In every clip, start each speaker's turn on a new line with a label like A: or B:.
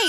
A: Hey,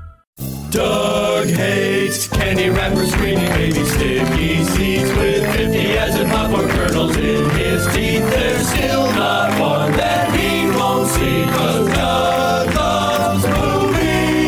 B: Doug hates candy wrappers, screaming baby sticky seeds with 50 as and popcorn kernels in his teeth. There's still not one that he won't see 'cause Doug loves movies.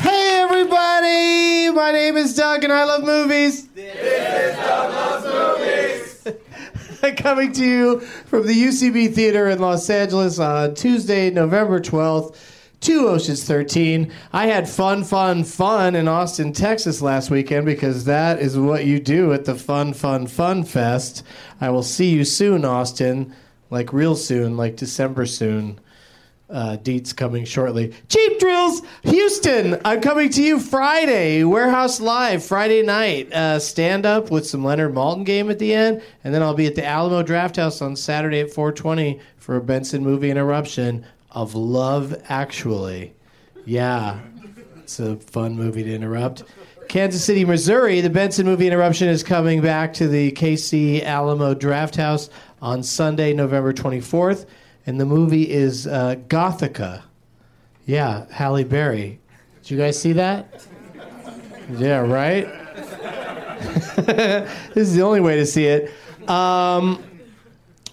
C: Hey everybody! My name is Doug and I love movies. This is Doug Loves Movies. Coming to you from the UCB Theater in Los Angeles on Tuesday, November 12th, to Oceans 13. I had fun, fun, fun in Austin, Texas last weekend because that is what you do at the Fun, Fun, Fun Fest. I will see you soon, Austin. Like real soon, like December soon uh, deets coming shortly. Cheap Drills Houston, I'm coming to you Friday, Warehouse Live, Friday night. Uh, stand up with some Leonard Malton game at the end, and then I'll be at the Alamo Draft House on Saturday at 420 for a Benson movie interruption of Love Actually. Yeah, it's a fun movie to interrupt. Kansas City, Missouri. The Benson movie interruption is coming back to the KC Alamo Draft House on Sunday, November 24th. And the movie is uh, Gothica. Yeah, Halle Berry. Did you guys see that? Yeah, right? this is the only way to see it. Um,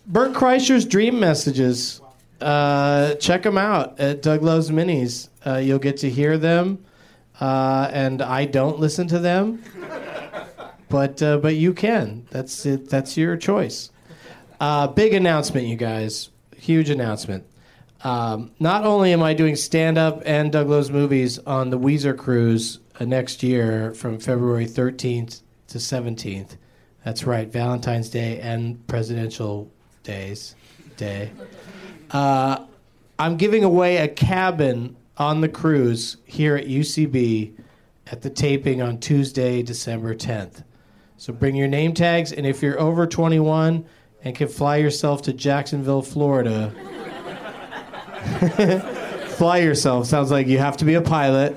C: Bert Kreischer's Dream Messages. Uh, check them out at Doug Loves Minis. Uh, you'll get to hear them uh, and I don't listen to them. but uh, but you can. That's it. That's your choice. Uh, big announcement, you guys. Huge announcement. Um, not only am I doing stand up and Doug Lowe's movies on the Weezer cruise uh, next year from February 13th to 17th. That's right, Valentine's Day and Presidential Days Day. I'm giving away a cabin on the cruise here at UCB at the taping on Tuesday, December 10th. So bring your name tags, and if you're over 21 and can fly yourself to Jacksonville, Florida, Fly yourself sounds like you have to be a pilot.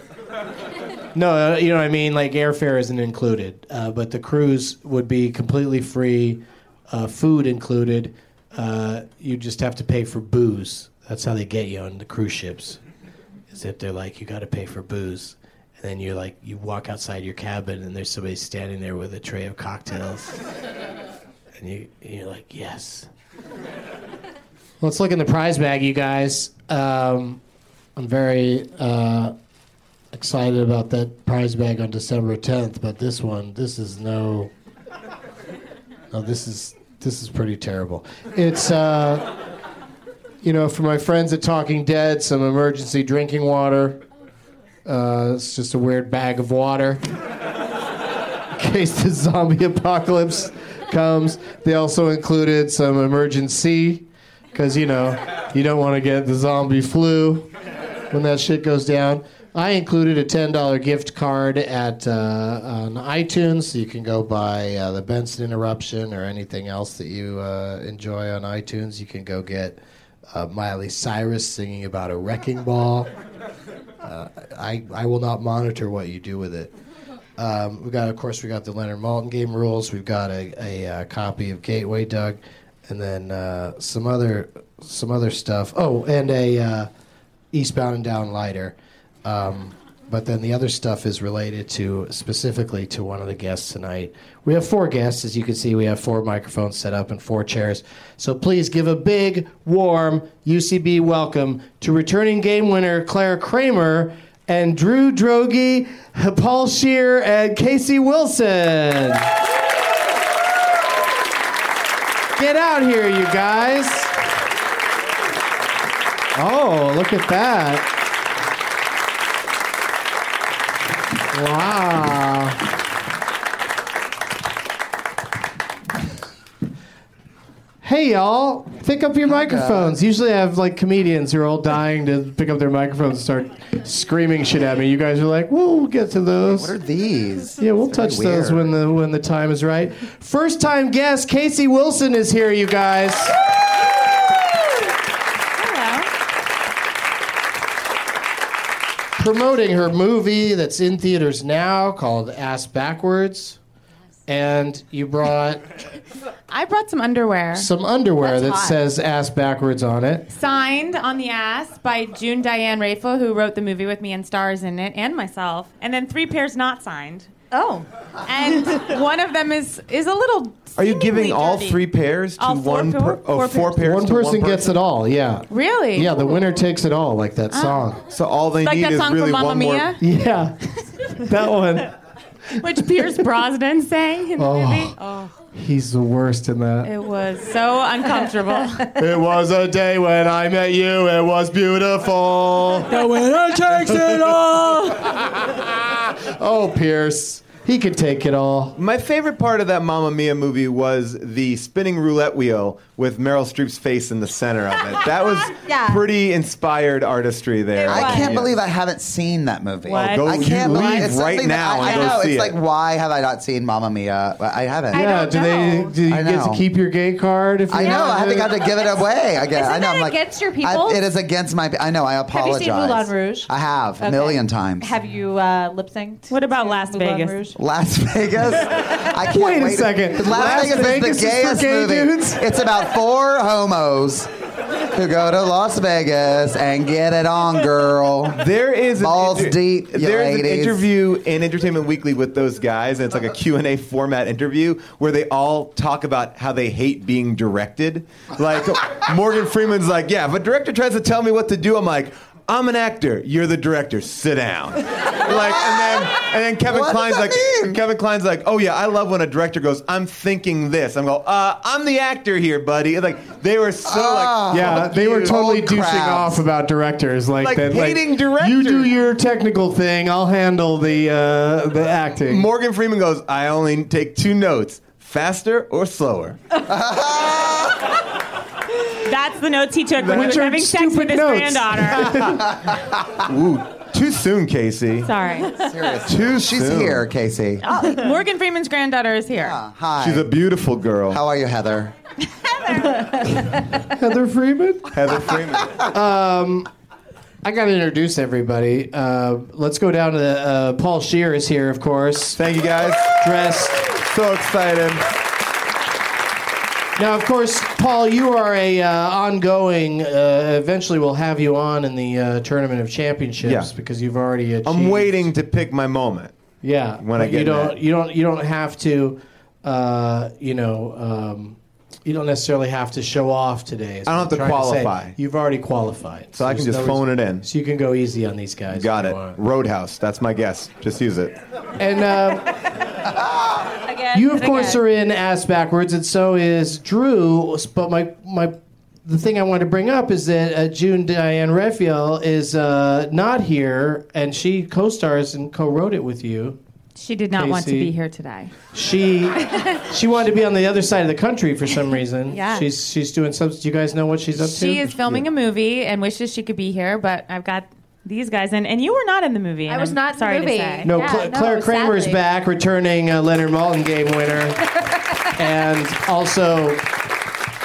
C: No, uh, you know what I mean. Like airfare isn't included, uh, but the cruise would be completely free, uh, food included. Uh, you just have to pay for booze. That's how they get you on the cruise ships. Is if they're like, you got to pay for booze, and then you're like, you walk outside your cabin, and there's somebody standing there with a tray of cocktails, and you you're like, yes. Let's look in the prize bag, you guys. Um,
D: I'm very uh, excited about that prize bag on December 10th, but this one, this is no. No, this is this is pretty terrible.
C: It's, uh, you know, for my friends at Talking Dead, some emergency drinking water. Uh, it's just a weird bag of water in case the zombie apocalypse comes. They also included some emergency because, you know, you don't want to get the zombie flu when that shit goes down. I included a $10 gift card at uh, on iTunes, so you can go buy uh, the Benson Interruption or anything else that you uh, enjoy on iTunes. You can go get uh, Miley Cyrus singing about a wrecking ball.
D: Uh, I, I will not monitor what you do with it. Um, we got, of course, we got the Leonard Malton game rules. We've got a, a, uh copy of Gateway Doug, and then uh, some other some other stuff. Oh, and a uh, Eastbound and Down lighter. Um, but then the other stuff is related to specifically to one of the guests tonight. We have four guests, as you can see. We have four microphones set up and four chairs. So please give a big, warm
C: UCB welcome to returning game winner Claire Kramer and Drew Drogi, Paul Shear, and Casey Wilson. Get out here, you guys. Oh, look at that. Wow. Hey, y'all, pick up your microphones. Usually I have like comedians who are all dying to pick up their microphones and start screaming shit at me. You guys are like, "Whoa, we'll get to those.
E: What are these?
C: Yeah, we'll touch those when the when the time is right. First time guest Casey Wilson is here, you guys. Promoting her movie that's in theaters now called Ass Backwards. And you brought
F: I brought some underwear
C: some underwear that
F: That's hot.
C: says ass backwards on it.
F: signed on the ass by June Diane Rafel, who wrote the movie with me and stars in it, and myself, and then three pairs not signed.
G: Oh.
F: And one of them is is a little.
G: Are you
F: seemingly
G: giving all
F: dirty.
G: three pairs to
F: All four
G: one
F: pair-
G: per- oh,
F: four
G: four
F: pairs.
G: pairs?
C: One
G: to
C: person
G: one
C: gets it all, yeah.
F: Really?
C: Yeah, the winner takes it all, like
F: Ah.
C: that song.
G: So all they
F: Like
G: need
F: that
G: is
F: song
G: really
F: from Mamma
G: one more.
F: Mia,
C: Yeah. that one.
F: which Pierce Brosnan sang in the movie. Oh,
C: He's the worst in that.
F: it was so uncomfortable.
C: It was a day when I met you. It was beautiful. The winner takes it all. oh, Pierce. He could take it all.
G: My favorite part of that Mamma Mia movie was the spinning roulette wheel with Meryl Streep's face in the center of it. That was Yeah.
D: pretty
G: inspired artistry there.
H: I can't
G: Yeah.
H: believe I haven't seen that movie.
F: What?
G: Go,
H: I can't
G: you
H: believe
G: leave
H: it's
G: right
H: something that
G: now
H: I, I
G: and go
H: know.
G: see
H: it's
G: it.
H: like why have I not seen Mamma Mia? I haven't.
F: I
C: Yeah,
F: don't
C: do they
F: know.
C: do you
H: I
C: get to
H: know.
C: keep your gay card if
H: I
C: you
H: know. I
C: want
H: haven't got to give it away. I guess.
F: Isn't
H: I know.
F: that
H: I'm like,
F: against your people?
H: I- it is against my. pe- I know. I
I: you
H: apologize.
I: seen Moulin Rouge?
H: I have a million times.
I: Have you uh, lip synced?
F: What about Las
I: Moulin
F: Vegas?
I: Rouge?
H: Las Vegas. I can't
C: Wait
H: wait,
C: a second.
H: Las,
C: Las
H: Vegas, is
C: Vegas is
H: the
C: for
H: gayest
C: gay
H: movie.
C: dudes?
H: It's about four homos who go to Las Vegas and get it on, girl.
G: There is an
H: Balls deep, you
G: there is an
H: ladies.
G: interview in Entertainment Weekly with those guys, and it's like a Q and A format interview where they all talk about how they hate being directed. Like Morgan Freeman's like, yeah, if a director tries to tell me what to do, I'm like. I'm an actor. You're the director. Sit down. Like, and then, and then Kevin
H: What does
G: Klein's
H: that
G: like,
H: mean?
G: Kevin Klein's like, oh yeah, I love when a director goes, I'm thinking this. I'm going, uh, I'm the actor here, buddy. Like, they were so
H: Ah.
G: like,
C: Yeah,
G: fuck
C: they were
G: you.
C: totally
H: Old
C: douching
H: crabs.
C: off about directors, like,
G: Like
C: that.
G: hating
C: like, You do
G: directors.
C: your technical thing. I'll handle the uh, the acting.
G: Morgan Freeman goes, I only take two notes, faster or slower.
F: That's the notes he took when he
C: Which
F: was
C: are
F: having sex with
C: stupid
F: his
C: notes.
F: granddaughter.
G: Ooh, too soon, Casey.
F: Sorry,
G: Too
H: She's
G: soon.
H: here, Casey.
F: Oh. Morgan Freeman's
I: Ah.
F: granddaughter is here.
H: Hi.
G: She's a beautiful girl.
H: How are you, Heather?
C: Heather Freeman.
G: Heather Freeman.
C: Um, I got to introduce everybody. Uh, let's go down to the, uh, Paul Shear is here, of course.
G: Thank you guys.
C: Dressed.
G: So excited.
C: Now, of course, Paul, you are a uh, ongoing. Uh, eventually, we'll have you on in the uh, tournament of championships
G: Yeah.
C: because you've already achieved.
G: I'm waiting to pick my moment.
C: Yeah,
G: when I
C: but
G: get
C: you don't
G: that.
C: you don't you don't have to, uh, you know, um, you don't necessarily have to show off today. is
G: I don't
C: what
G: have to
C: I'm trying say.
G: qualify.
C: You've already qualified,
G: So I can
C: there's
G: just
C: no
G: phone
C: reason-
G: it in.
C: So you can go easy on these guys.
G: Got
C: if
G: it.
C: you want.
G: Roadhouse. That's my guess. Just use it.
C: And um,
J: Again,
C: you, of course, are in ass backwards, and so is Drew. But my my. The thing I wanted to bring up is that uh, June Diane Raphael is uh, not here, and she co-stars and co-wrote it with you.
K: She did not want to
C: Casey.
K: be here today.
C: She she wanted to be on the other side of the country for some reason.
K: Yeah.
C: She's she's doing something. Do you guys know what she's up to?
K: She is filming a movie and wishes she could be here, but I've got these guys in, and you were not in the movie. and
F: was
K: I'm
F: not in the
K: sorry To
F: movie.
K: say.
C: No, Cla- Claire Kramer's
F: sadly.
C: back, returning uh, Leonard Maltin game winner, and also.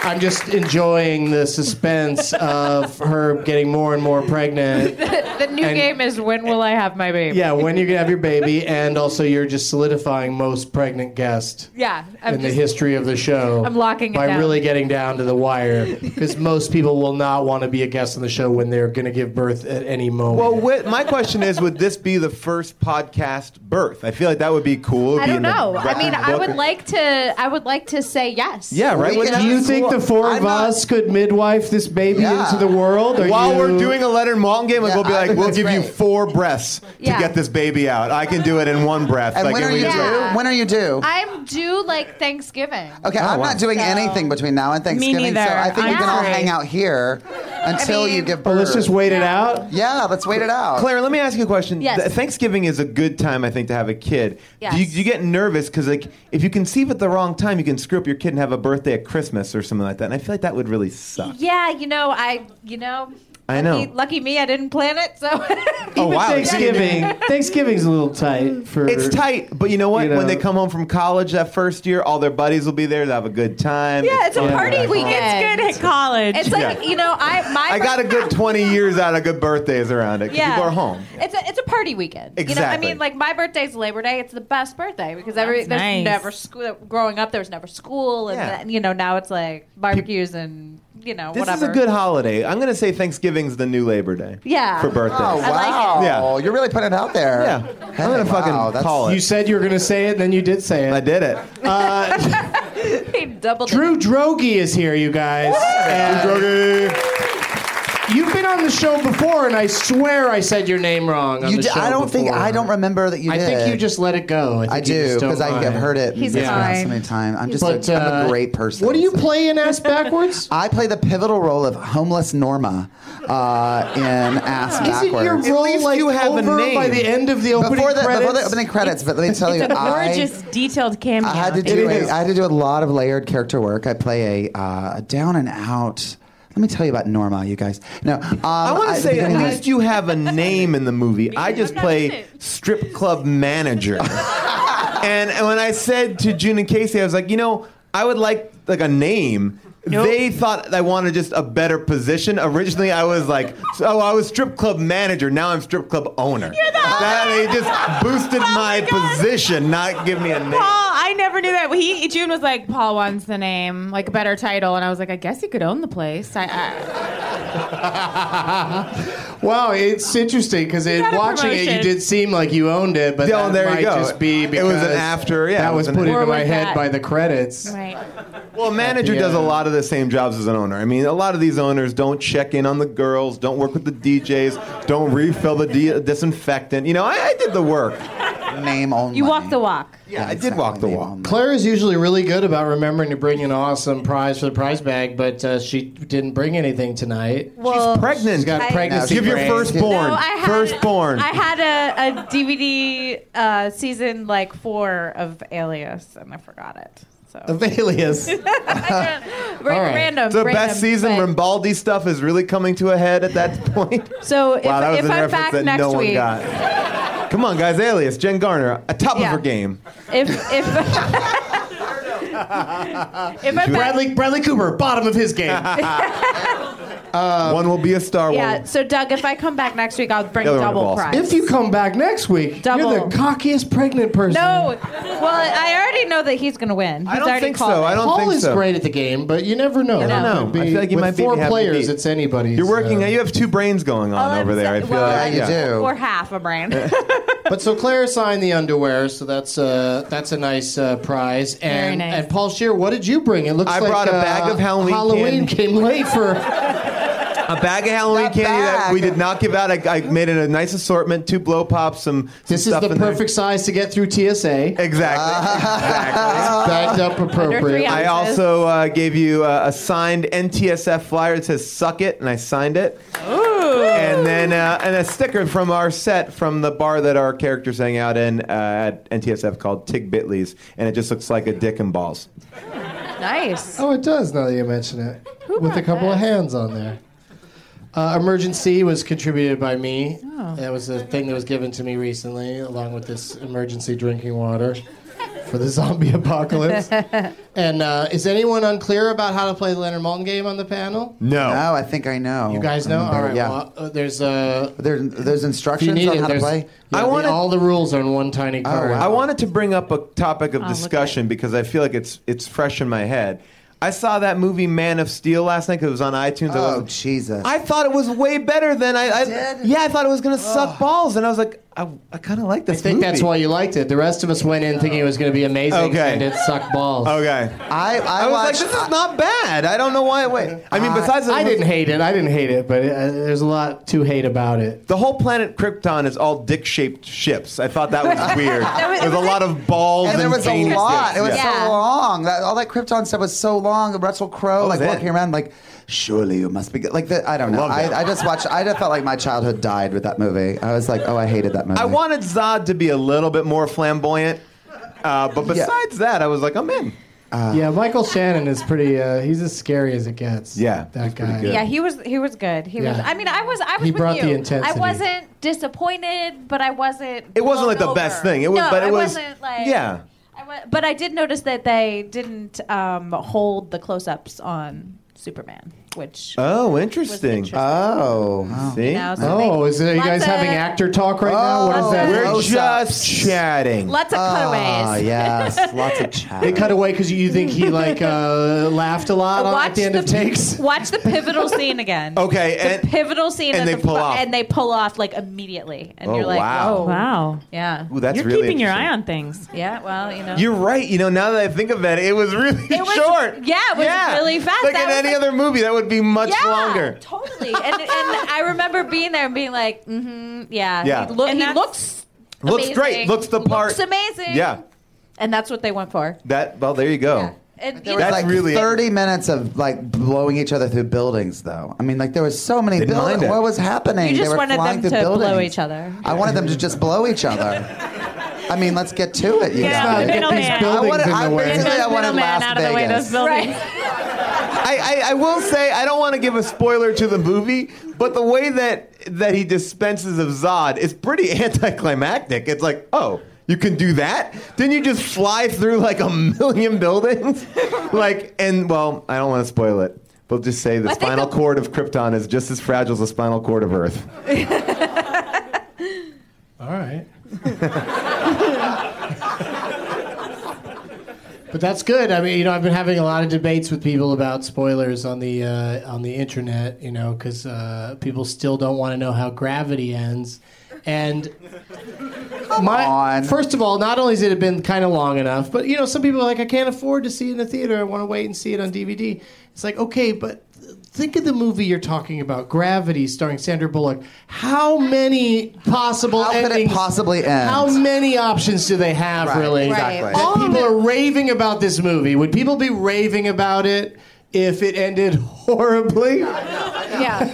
C: I'm just enjoying the suspense of her getting more and more pregnant.
F: the new
C: And-
F: game is when will I have my baby?
C: Yeah, when you can have your baby, and also you're just solidifying most pregnant guest
F: Yeah, I'm
C: in the
F: just-
C: history of the show.
F: I'm locking it
C: by
F: down.
C: really getting down to the wire because most people will not want to be a guest on the show when they're going to give birth at any moment.
G: Well, wait, my question is, would this be the first podcast birth? I feel like that would be cool.
F: I
G: be
F: don't
G: in the
F: know. I
G: record
F: mean, I
G: book.
F: would like to. I would like to say yes.
G: Yeah, right.
C: Well,
G: What-
C: do you think the 4 of us could midwife this baby
L: Yeah.
C: into the world? Are
G: While we're
C: you-
G: doing a letter Malton game, like,
L: Yeah,
G: we'll be
L: I
G: like,
L: think
G: we'll
L: that's
G: give you
L: great.
G: four breaths
F: Yeah.
G: to get this baby out. I can do it in one breath.
L: And
G: Like,
L: when
G: if
L: are
G: we
L: you
G: just-
L: due?
F: Yeah.
L: When are you due?
F: I'm due like Thanksgiving.
L: Okay, I'm not doing anything between now and Thanksgiving, so
K: neither.
L: I think we
K: I'm
L: can all
K: free.
L: hang out here until you give birth.
C: Well, let's just wait it out.
L: Yeah, let's wait it out.
G: Claire, let me ask you a question.
F: Yes.
G: Th- Thanksgiving is a good time, I think, to have a kid. Do, you,
F: Yes.
G: do you get nervous because, like, if you conceive at the wrong time, you can screw up your kid and have a birthday at Christmas or something like that. And I feel like that would really suck.
F: Yeah, you know, I, you know, lucky-
G: I know.
F: Lucky me, I didn't plan it. So,
G: Oh wow!
C: Thanksgiving. Thanksgiving's a little tight for.
G: It's tight, but you know what?
C: You know.
G: When they come home from college that first year, all their buddies will be there. They'll have a good time.
F: yeah, it's a
G: fun.
F: party
G: They're
F: weekend.
G: back home.
K: Good at college.
F: It's like
G: Yeah.
F: you know, I my
G: I got a good 20 years out of good birthdays around it. 'cause
F: Yeah.
G: People are home.
F: It's a it's a party weekend. You know, I
G: Exactly.
F: mean, like my birthday's Labor Day. It's the best birthday because every
K: That's
F: there's
K: nice.
F: never school. Growing up, there was never school, and
G: Yeah.
F: then, you know now it's like barbecues and you know
G: This
F: whatever.
G: is a good holiday. I'm going to say Thanksgiving's the new Labor Day.
F: Yeah.
G: For birthdays.
L: Oh,
F: I like it.
L: wow.
G: Yeah.
L: You're really putting it out there.
G: Yeah.
L: Hey,
G: I'm going to fucking
L: wow, that's-
G: call it.
C: You said you were going to say it, then you did say it.
G: I did it.
F: double.
C: Drew Drogi is here, you guys. And You've been on the show before, and I swear I said your name wrong. on
L: You
C: the
L: di-
C: show
L: I don't think
C: before.
L: I don't remember that you
C: I
L: did.
C: think you just let it go.
L: I
C: think you
L: do
C: just don't
L: because I have
C: mind.
L: heard it
K: He's
L: mispronounced so
K: fine.
L: many times. I'm just
C: But,
L: a, I'm
C: uh,
L: a great person.
C: What do you play in ass backwards?
L: I play the pivotal role of homeless Norma uh, in Ass
C: Isn't
L: Backwards.
C: your role
G: least
C: like
G: you have a
C: over
G: name.
C: by the end of the opening
L: before the,
C: credits?
L: before the opening credits, but let me tell you,
K: It's a
L: I,
K: gorgeous, detailed cameo.
L: I had to
K: It
L: do
K: is.
L: a, I had to do a lot of layered character work. I play a uh, down and out. Let me tell you about Norma, you guys. No, um,
G: I want to say at
L: beginning-
G: least you have a name in the movie. I just play strip club manager. and, and when I said to June and Casey, I was like, you know, I would like like a name. They thought I wanted just a better position. Originally, I was like, oh, I was strip club manager. Now I'm strip club owner. You're the that, They just boosted my, position, not give me a name.
K: Paul, I never knew that. He June was like, Paul wants the name, like a better title, and I was like, I guess he could own the place. I, I
C: wow, it's interesting because in
K: got a
C: watching it, you
K: promotion.
C: did seem like you owned it, but
G: Yeah,
C: that
G: there you
C: might
G: go.
C: just be
G: It
C: because
G: was an after- yeah,
C: that
G: it
C: was
G: was
C: put
G: an-
C: into
K: Or
C: my
K: was
C: head
K: that-
C: by the credits.
K: right.
G: Well, a manager
C: the
G: does a
C: end.
G: lot of the same jobs as an owner. I mean, a lot of these owners don't check in on the girls, don't work with the DJs, don't refill the di- disinfectant. You know, I, I did the work.
L: name only.
F: You walk the walk.
G: Yeah, I did walk the
L: Name
G: walk.
L: only.
C: Claire is usually really good about remembering to bring an awesome prize for the prize bag, but uh, she didn't bring anything tonight.
F: Well,
G: She's pregnant.
C: She's got
F: I-
C: pregnancy.
G: Give your
C: brain.
G: firstborn.
F: No, I had,
G: firstborn.
F: I had a, a DVD uh, season like four of Alias, and I forgot it. So
C: Avalius.
F: Ra-
C: all right.
F: random.
G: the
F: random,
G: best season.
F: but-
G: Rimbaldi stuff is really coming to a head at that point.
F: So if,
G: wow, that was
F: if
G: a
F: I'm
G: reference
F: back
G: that
F: next
G: no one
F: week,
G: got. Come on, guys. Alias, Jen Garner, a top
F: Yeah.
G: of her game.
F: if if If I'm
C: Bradley, Bradley Cooper, bottom of his game.
G: one will be a star.
F: yeah, so Doug, if I come back next week, I'll bring
G: The other one
F: double
G: involves-
C: If
F: prize.
C: you come back next week, you're
F: Double.
C: the cockiest pregnant person.
F: no, well, I already know that he's gonna win. He's already called it.
C: Paul is great at the game, but you never know.
G: I don't
C: That
G: know.
C: could be-
G: I feel like you
C: with
G: might be
C: four
G: happy
C: players.
G: to be-
C: It's anybody's.
G: You're working.
C: uh,
G: you have two brains going on over there. I feel like yeah.
F: Or half a brand.
C: but so Claire signed the underwear, so that's uh, that's a nice uh, prize.
F: Very
C: And
F: nice.
C: and Paul Shear, what did you bring? It looks
G: I
C: like
G: brought a
C: uh,
G: bag of Halloween
C: Halloween
G: candy.
C: came late for
G: A bag of Halloween candy that we did not give out. I, I made it a nice assortment: two blow pops, some. some
C: this is
G: stuff
C: the
G: in there.
C: perfect size to get through TSA.
G: Exactly. Ah.
C: It's bagged up appropriately.
G: I also uh, gave you uh, a signed NTSF flyer that says "Suck It," and I signed it. And then uh, and a sticker from our set from the bar that our characters hang out in uh, at NTSF called Tig Bitleys, and it just looks like a dick and balls.
F: nice.
C: Oh, it does now that you mention it. With a couple of hands on there. Uh, emergency was contributed by me. That was a thing that was given to me recently, along with this emergency drinking water for the zombie apocalypse. and uh, is anyone unclear about how to play the Leonard Maltin game on the panel?
G: No.
M: No, I think I know.
C: You guys know? All right.
M: Yeah.
C: Well, uh, there's uh,
M: there, there's
C: if you
M: instructions
C: need
M: on
C: it,
M: how to
C: there's
M: play.
C: yeah,
G: I
C: the-
G: wanted- Oh,
C: all the rules are in one tiny card.
G: I wanted to bring up a topic
C: Oh,
G: of discussion because I feel like it's it's fresh in my head. I saw that movie Man of Steel last night because it was on iTunes. I
M: Oh
G: wasn't-
M: Jesus!
G: I thought it was way better than I. I yeah, I thought it was gonna suck balls, and I was like, I, I kind of like
C: I
G: this.
C: think that's why you liked it. The rest of us went in thinking it was going to be amazing,
G: Okay. Oh,
C: and it sucked balls.
G: Okay.
M: I, I,
G: I, was
M: watched.
G: like, this is not bad. I don't know why. it Wait. I mean, besides, the-
C: I didn't hate it. I didn't hate it, but it, uh, there's a lot to hate about it.
G: The whole planet Krypton is all dick-shaped ships. I thought that was weird.
F: That was-
G: There's a lot of balls and,
M: and there was a
G: veins.
M: lot. It was
G: Yeah.
F: Yeah.
M: so long. That, all that Krypton stuff was so long. The Russell Crowe,
G: was
M: like
G: it?
M: walking around, like surely you must be good. like the, I don't know.
G: loved it.
M: I, I just watched. I just felt like my childhood died with that movie. I was like, oh, I hated that movie.
G: I wanted Zod to be a little bit more flamboyant, uh, but
M: Yeah.
G: besides that, I was like, I'm in.
M: Uh.
C: yeah, Michael Shannon is pretty. Uh, he's as scary as it gets.
G: Yeah, he's
C: that
G: pretty
C: guy.
G: good.
F: Yeah, he was he was good. He was.
C: Yeah.
F: I mean, I was I was
C: He
F: with
C: brought
F: you.
C: the intensity.
F: I wasn't disappointed, but I wasn't.
G: It wasn't
F: blown
G: like the
F: over.
G: best thing. It was,
F: no,
G: but it
F: I
G: was.
F: wasn't like
G: yeah.
F: I wa- but I did notice that they didn't um, hold the close-ups on Superman, which
G: Oh,
F: was
G: interesting.
F: interesting.
M: Oh,
G: See.
F: You know, so
C: Oh,
F: they-
C: is it, are you
F: lots
C: guys
F: of-
C: having actor talk right now? What is
M: Oh,
C: that?
G: We're
M: Close-ups.
G: just chatting.
F: Lots of
M: Ah,
F: cutaways.
M: yes, lots of chat.
C: They cut away because you think he like uh, laughed a lot on,
F: Watch
C: at the end of takes.
F: Watch the pivotal scene again.
G: Okay,
F: the
G: and-
F: pivotal scene,
G: Oh. and
F: at
G: they
F: the
G: pull
F: fi-
G: off.
F: and they pull off like immediately, and
G: Oh,
F: you're like,
G: wow.
F: oh
L: Wow.
F: yeah,
G: Ooh, that's
L: You're
G: really
L: keeping your
G: interesting.
L: eye on things.
F: yeah. Well, you know,
G: You're right. You know, now that I think of it, it was really
F: It was-
G: short.
F: yeah, it was really fast.
G: Like
F: That
G: in
F: was
G: any
F: like-
G: other movie, that would be much
F: yeah,
G: longer.
F: totally. And and I remember being there and being like, mm-hmm, yeah,
G: Yeah.
F: He, loo-
L: And
F: he
L: that's-
F: looks
G: Looks
F: amazing.
G: great. Looks the part.
F: Looks amazing.
G: Yeah.
F: and that's what they went for.
G: That. Well, there you go.
M: There
F: And you
M: was
F: know,
G: That's
M: like
G: really-
M: 30 minutes of like blowing each other through buildings, though. I mean, like there was so many
G: Didn't
M: buildings.
G: mind it.
M: What was happening?
F: you
M: They
F: just
M: were
F: wanted
M: flying
F: them to
M: through buildings.
F: blow each other.
M: I wanted them to just blow each other. I mean, let's get to it, you
L: Yeah,
M: guys.
L: the
C: Get
L: middleman.
C: these
L: I
C: buildings
M: wanted-
C: in
M: I
C: the way.
M: basically-
L: Those
M: wanted
L: middlemen
M: Las
L: out of the way.
M: Vegas.
L: Those buildings.
G: I, I, I will say I don't want to give a spoiler to the movie, but the way that that he dispenses of Zod is pretty anticlimactic. It's like, oh, you can do that? Didn't you just fly through like a million buildings? like, and well, I don't want to spoil it. We'll just say the
F: I think
G: spinal
F: the-
G: cord of Krypton is just as fragile as the spinal cord of Earth.
C: All right. but that's good. I mean, you know, I've been having a lot of debates with people about spoilers on the uh, on the internet. You know, because uh, people still don't want to know how gravity ends. And my
M: on.
C: first of all, not only has it been kind of long enough, but you know, some people are like, I can't afford to see it in the theater. I want to wait and see it on DVD. It's like, okay, but think of the movie you're talking about, Gravity, starring Sandra Bullock. How many possible
M: How could it
C: endings-
M: possibly end?
C: How many options do they have,
M: Right,
C: really?
M: exactly.
C: That people are raving about this movie. Would people be raving about it if it ended horribly?
F: Yeah,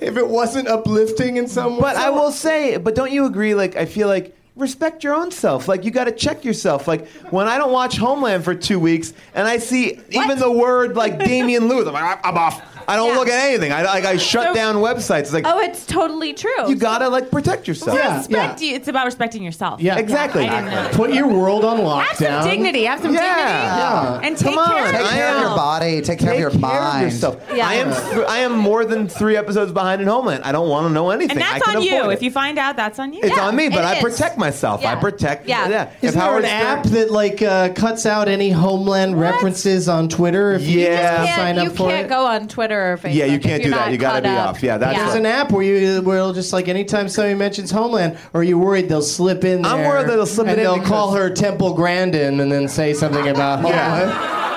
C: if it wasn't uplifting in some way?
G: But I will say, but don't you agree? Like, I feel like respect your own self. Like, you got to check yourself. Like, when I don't watch Homeland for two weeks and I see even the word like Damian Lewis, I'm like, I'm off. I don't look at anything. I like I shut down websites. It's like
F: oh, it's totally true.
G: you gotta like protect yourself.
L: Respect you. It's about respecting yourself.
G: Yeah. Exactly.
L: I didn't know.
C: Put your world on lockdown.
L: Have some dignity. Have some
G: Yeah.
L: dignity. And take care of
M: Take care of your
L: yourself.
M: body. Take care of your mind.
L: Yeah.
G: I am. Th- I am more than three episodes behind in Homeland. I don't want to know anything.
L: And
G: I
L: that's
G: can
L: on you.
G: avoid it.
L: If you find out, that's on you.
G: it's on me, but I
L: protect.
G: protect myself.
L: Yeah.
G: I protect.
L: Yeah.
G: Yeah.
C: Is there an app that like uh, cuts out any Homeland references on Twitter if you
G: Yeah.
C: uh,
G: You
C: sign
F: you
C: up for
F: can't
C: it?
F: go on Twitter or Facebook.
G: Yeah, you
F: if
G: can't do
F: you're
G: that.
F: not
G: You
F: caught
G: gotta be
F: up.
G: off. Yeah, that's
C: There's
G: what-
C: an app where you where it'll just like anytime somebody mentions Homeland, or you're worried they'll slip in. There,
G: I'm worried they'll slip
C: and
G: it in
C: They'll
G: because-
C: call her Temple Grandin and then say something about Homeland.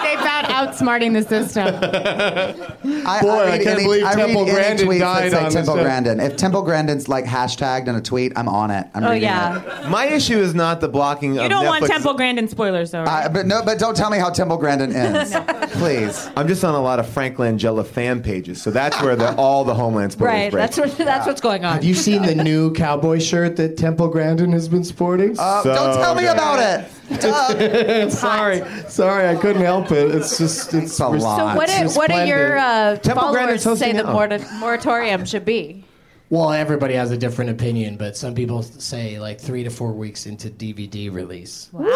L: They found outsmarting the system.
M: I,
C: Boy, I
M: read
C: can't
M: any-
C: believe
M: I read
C: Temple
M: any
C: Grandin
M: tweets that
C: died
M: say
C: on this
M: Temple
C: show.
M: Grandin. If Temple Grandin's like hashtagged in a tweet, I'm on it. I'm
L: Oh,
M: reading
L: yeah.
M: it.
G: My issue is not the blocking
L: You
G: of
L: don't want
G: Netflix.
L: Temple Grandin spoilers, though. Right?
M: Uh, but no, but don't tell me how Temple Grandin ends, please.
G: I'm just on a lot of Frank Langella fan pages, so that's where the, all the Homeland spoilers
N: Right.
G: break.
N: That's what, that's what's going on.
C: Have you seen the new cowboy shirt that Temple Grandin has been sporting?
M: Uh,
G: So
M: don't tell me
G: good.
M: about it. Doug.
C: sorry, sorry, I couldn't help it. It's just it's
M: It's a
C: res-
M: lot.
G: Uh,
F: So what? Are, what are your uh,
G: Temple
F: followers
G: Grandin's hosting
F: say the
G: now.
F: morta- moratorium should be?
C: Well, everybody has a different opinion, but some people say like three to four weeks into DVD release.
L: What?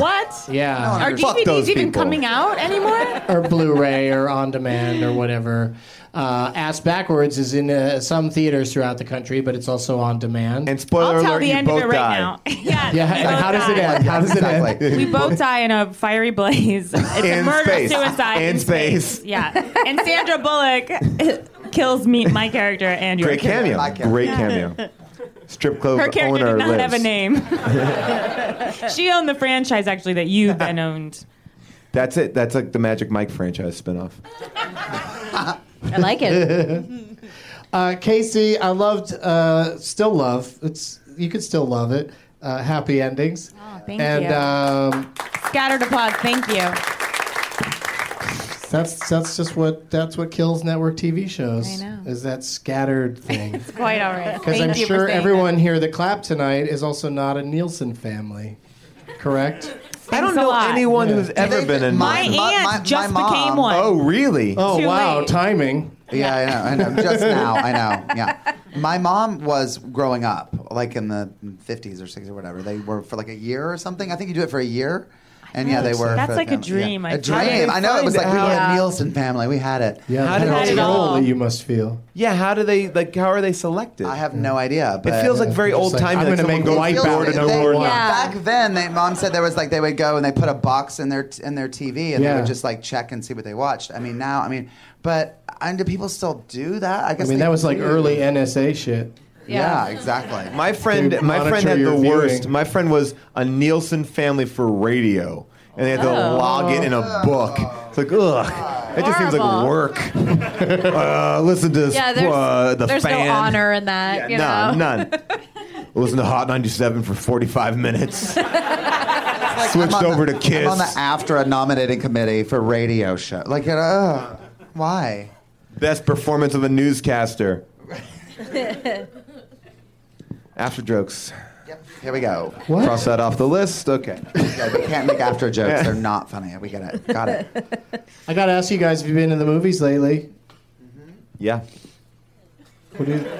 L: What?
C: Yeah,
L: Are
G: Fuck
L: DVDs
G: those
L: even
G: people.
L: coming out anymore?
C: or Blu-ray or on demand or whatever. Uh, Ass Backwards is in uh, some theaters throughout the country, but it's also on demand.
G: and spoiler
L: I'll tell
G: alert,
L: the
G: you
L: end of
G: both
L: it right
G: die.
L: now. yeah.
C: yeah,
L: we
C: and
L: both
C: how does it
L: die.
C: end? How does it end?
M: Exactly.
L: We both die in a fiery blaze. It's a
G: In
L: murder
G: space.
L: suicide
G: In space.
L: Yeah. And Sandra Bullock kills me, my character, and your
G: Great
L: character.
G: cameo.
M: I can't.
G: Great cameo. Strip club
L: Her character
G: owner
L: did not
G: lives.
L: have a name. she owned the franchise, actually, that you then owned.
G: That's it. That's like the Magic Mike franchise spinoff.
N: I like it.
F: Um,
C: Uh, Casey, I loved, uh, still love. It's you can still love it. Uh, happy endings.
L: Oh, thank
C: and,
L: you.
G: uh,
C: um,
L: Scattered applause. Thank you.
C: that's that's just what that's what kills network TV shows.
L: I know.
C: Is that scattered thing?
L: Quite all right.
C: Because I'm sure everyone here that clapped tonight is also not a Nielsen family, correct?
G: I don't
L: Thanks a
G: know
L: lot.
G: anyone who's ever
M: They-
G: been in
M: my
G: Nielsen.
M: aunt
L: My just
M: mom-
L: became one.
G: Oh, really?
C: Oh
L: Too
C: wow,
L: late.
C: timing.
M: Yeah, I know. I know. Just now, I know. Yeah. My mom was growing up, like in the 50s or 60s or whatever. They were for like a year or something. I think you do it for a year. And yeah, they were.
L: That's
M: for
L: like a
M: family- yeah.
L: dream. I
M: A
L: tried
M: dream.
G: to
M: I know. It was
G: find
M: like we
G: out.
M: had
L: Yeah.
M: Nielsen family. We had it.
C: Yeah,
G: How
C: how
G: did
L: that at all?
C: lonely you must feel.
G: Yeah. How do they like? How are they selected?
M: I have no idea. But
G: It feels like very
C: Just
G: old
C: like,
G: timey.
C: I'm
G: like
C: gonna
G: someone
C: make
G: goes
C: white
G: door
C: people
G: to
C: to
G: door.
C: number
M: they-
C: one.
M: Back then, they, mom said there was like they would go and they put a box in their in their TV and
C: Yeah.
M: they would just like check and see what they watched. I mean, now, I mean, but and do people still do that? I
C: I
M: guess
C: mean,
M: they
C: that was like
M: do.
C: early NSA shit.
M: Yeah, exactly.
G: My friend,
C: Dude,
G: my friend
C: monitor
G: had the
C: your
G: worst.
C: viewing.
G: My friend was a Nielsen family for radio, and they had to
F: Oh.
G: log it in a book. It's like, ugh, it just seems like
F: Horrible.
G: work. uh, listen to this,
F: Yeah, there's,
G: uh, the
F: there's
G: fan.
F: no honor in that. you know?
G: none, none. Listen to Hot 97 for 45 minutes. Switched
M: I'm on
G: over
M: the-
G: to Kiss.
M: I'm on the AFTRA nominating committee for radio show. Like, uh, why?
G: Best performance of a newscaster. After jokes.
M: Here we go.
G: Cross that off the list. Okay.
M: Yeah, we can't make after jokes. They're not funny. We get it. Got it.
C: I gotta ask you guys, have you been to the movies lately?
G: Yeah.
C: What do you,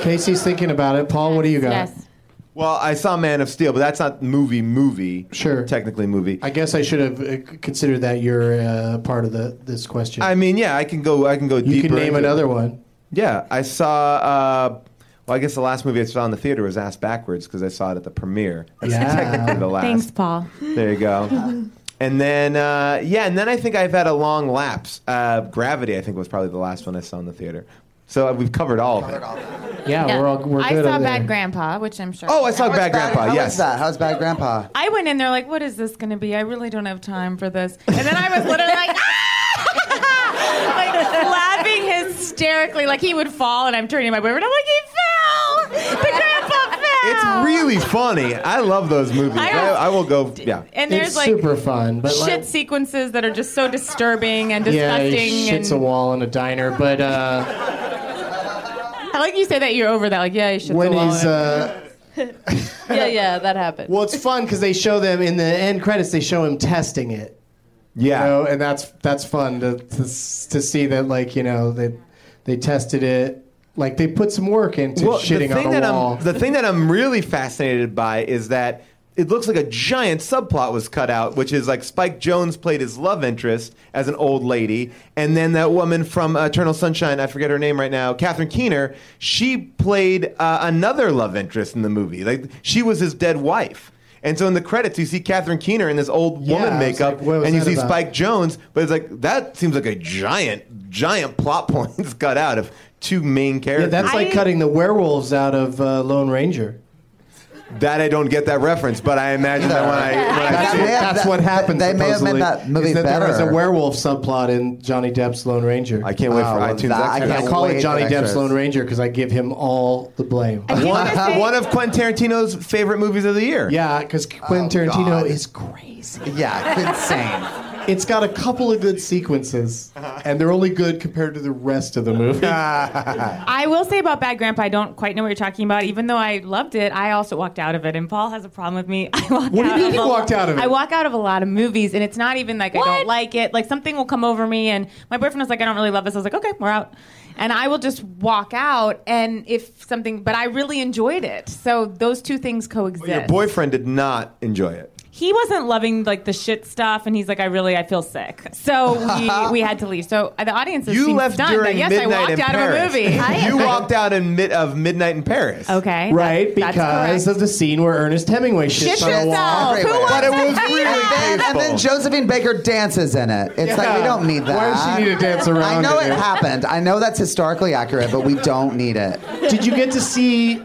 C: Casey's thinking about it. Paul, what do you got?
L: Yes.
G: Well, I saw Man of Steel, but that's not movie movie.
C: Sure.
G: Technically movie.
C: I guess I should have uh, considered that your uh, part of the this question.
G: I mean, yeah, I can go. I can go
C: you
G: deeper.
C: can name
G: into it.
C: another one.
G: Yeah, I saw. Uh, well, I guess the last movie I saw in the theater was Ass Backwards because I saw it at the premiere. That's
C: Yeah.
G: technically the last.
L: Thanks, Paul.
G: There you go. And then, uh, yeah, and then I think I've had a long lapse. Uh, Gravity, I think, was probably the last one I saw in the theater. So uh, we've covered all of it.
C: Yeah, we're all we're
L: I
C: good
L: saw
C: on
L: Bad
C: there.
L: Grandpa, which I'm sure.
G: Oh, I saw Bad
M: How
G: Grandpa.
M: was
G: Yes.
M: that? How's bad grandpa?
L: I went in there like, what is this going to be? I really don't have time for this. And then I was literally like, ah! like laughing hysterically. Like he would fall, and I'm turning to my boyfriend. I'm like, he fell. The grandpa fell.
G: It's really funny. I love those movies.
L: I
G: I,
L: don't-
G: I will go. Yeah.
L: And there's
C: it's
L: like
C: super fun, but
L: shit
C: like,
L: sequences that are just so disturbing and
C: yeah,
L: disgusting.
C: he shits a
L: and
C: wall in a diner. But uh,
L: I like you say that you're over that. Like, yeah, you shits
C: when
L: a wall.
C: he's uh,
F: Yeah, yeah, that happened.
C: Well, it's fun because they show them in the end credits. They show him testing it,
M: Yeah.
C: you know, and that's that's fun to, to s- to see that like you know they they tested it like they put some work into shitting on a
M: that
C: wall.
M: I'm, the thing that I'm really fascinated by is that it looks like a giant subplot was cut out, which is like Spike Jones played his love interest as an old lady, and then that woman from Eternal Sunshine, I forget her name right now, Catherine Keener, she played uh, another love interest in the movie. Like she was his dead wife. And so in the credits, you see Catherine Keener in this old
C: Yeah,
M: woman
C: I was
M: makeup,
C: like, what was
M: and you
C: that
M: see
C: about?
M: Spike Jones, but it's like that seems like a giant, giant plot points cut out of two main
C: Yeah,
M: characters.
C: that's like cutting the werewolves out of uh, Lone Ranger.
M: That I don't get that reference, but I imagine that when I, when I
G: That
M: see
G: may
M: it.
G: have-
C: That's
G: that-
C: what happened.
G: They may have
C: supposedly,
G: made that movie
C: is that
G: better.
C: There was a werewolf subplot in Johnny Depp's Lone Ranger.
M: I can't wait for
G: Oh, well,
M: iTunes.
G: that- I
M: Extras.
C: I
G: can't
C: call
G: wait
C: it
G: for
C: Johnny Depp's
G: extras.
C: Lone Ranger because I give him all the blame.
M: one, one of Quentin Tarantino's favorite movies of the year.
C: Yeah, because Quentin
G: Oh,
C: Tarantino
G: God.
C: is crazy.
G: Yeah, insane.
C: It's got a couple of good sequences,
M: Uh-huh.
C: and they're only good compared to the rest of the movie.
L: I will say about Bad Grandpa, I don't quite know what you're talking about. Even though I loved it, I also walked out of it. And Paul has a problem with me. I walk
C: What do you
L: out
C: mean
L: of
C: you
L: a-
C: walked out of it?
L: I walk out of a lot of movies, and it's not even like I don't like it. Like something will come over me, and my boyfriend was like, "I don't really love this." I was like, "Okay, we're out." And I will just walk out, and if something, but I really enjoyed it. So those two things coexist.
M: Your boyfriend did not enjoy it.
L: he wasn't loving like the shit stuff, and he's like, "I really, I feel sick." So we, we had to leave. So uh, the audience is
M: You
L: seemed
M: left
L: stunned
M: during
L: that yes, I
M: midnight
L: walked
M: in
L: out of
M: Paris.
L: a movie.
M: you walked out in mid of midnight in Paris.
L: Okay. that's-
C: right,
L: that's
C: because
L: correct.
C: of the scene where Ernest Hemingway shits on a wall.
L: yourself. Who
G: Everywhere.
L: wants
M: But it was
L: to be
M: really
G: And,
M: painful.
G: and then Josephine Baker dances in it. It's like we don't need that.
C: Why does she need to dance around?
G: I know
C: in
G: it happened. I know that's historically accurate, but we don't need it.
C: Did you get to see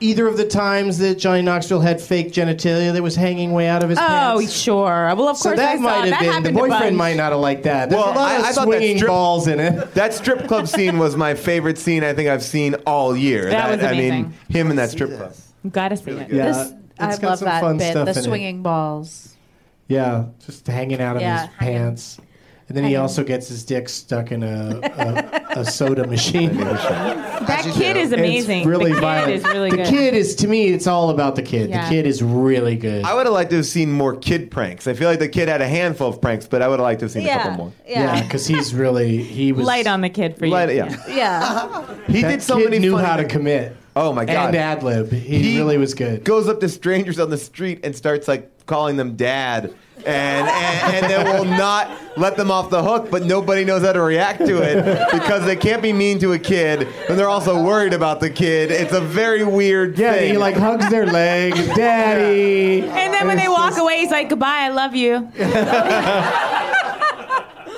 C: either of the times that Johnny Knoxville had fake genitalia that was hanging way out of his
L: Oh,
C: pants?
L: sure. Well, of
C: So
L: course I
C: that
L: saw.
C: might
L: that
C: have been
L: happened
C: the
L: to
C: boyfriend
L: Bunch.
C: might not have liked that. There's
M: Well,
C: a lot
M: I-
C: of
M: I thought that
C: swinging
M: strip-
C: balls in it.
M: That strip club scene was my favorite scene I think I've seen all year.
L: That was
M: I
L: amazing.
M: mean, him in that strip club.
L: You gotta see it.
C: Yeah,
F: This- I
C: it's got
F: love
C: some
F: that
C: fun
F: bit.
C: stuff
F: The
C: in it.
F: swinging balls.
C: Yeah, just hanging out of
F: Yeah,
C: his
F: hanging.
C: pants. And then he also gets his dick stuck in a, a, a soda machine.
L: That kid is amazing.
C: It's really
L: the kid
C: violent.
L: is really
C: the
L: good.
C: kid is to me. It's all about the kid.
L: Yeah.
C: The kid is really good.
M: I would have liked to have seen more kid pranks. I feel like the kid had a handful of pranks, but I would have liked to have seen a couple
F: Yeah.
M: more.
C: yeah,
F: Yeah.
C: because he's really he was
L: Light on the kid for you.
M: Like, yeah.
F: Yeah.
M: He
C: That
M: did so
C: kid
M: many
C: knew
M: funny
C: how to
M: things.
C: commit.
M: Oh my god.
C: and ad lib. He, really was good.
M: Goes up to strangers on the street and starts like calling them dad. And, and and they will not let them off the hook, but nobody knows how to react to it because they can't be mean to a kid, and they're also worried about the kid. It's a very weird
C: Yeah,
M: thing.
C: he like hugs their leg, daddy.
L: And then when they walk away, he's like, "Goodbye, I love you."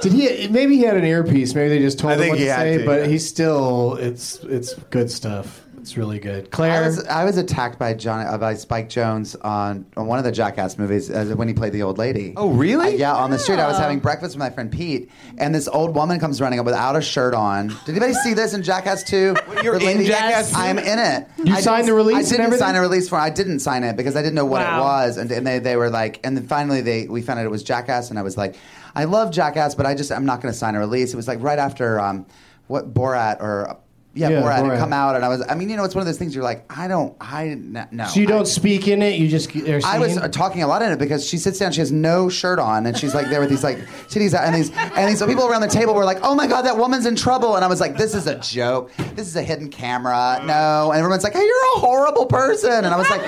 C: Did he? Maybe he had an earpiece. Maybe they just told
M: I
C: him
M: think
C: what
M: he
C: to
M: had
C: say.
M: to,
C: but
M: yeah.
C: he's still. It's it's good stuff. It's really good.
G: I
C: Claire.
G: was, I was attacked by John uh, by Spike Jones on, on one of the Jackass movies uh, when he played the old lady.
M: Oh, really?
G: Uh, yeah, on the street. I was having breakfast with my friend Pete, and this old woman comes running up without a shirt on. Did anybody see this in Jackass Two?
M: you're in Jackass II?
G: I'm in it.
C: You
G: I
C: signed
G: didn't-
C: the release and
G: I didn't
C: everything?
G: sign a release form. I didn't sign it because I didn't know what
L: Wow.
G: it was, and, and they they were like, and then finally they we found out it was Jackass, and I was like, I love Jackass, but I just I'm not going to sign a release. It was like right after um, what Borat or. Yeah,
C: Yeah,
G: Borat,
C: Borat.
G: had come out, and I was—I mean, you know, it's one of those things. You're like, I don't, I n- no.
C: so you
G: I-
C: don't speak in it. You just. They're
G: I was
C: singing?
G: uh, talking a lot in it because she sits down, she has no shirt on, and she's like there with these like titties out, and these and these people around the table were like, "Oh my god, that woman's in trouble," and I was like, "This is a joke. This is a hidden camera. No." And everyone's like, "Hey, you're a horrible person," and I was like,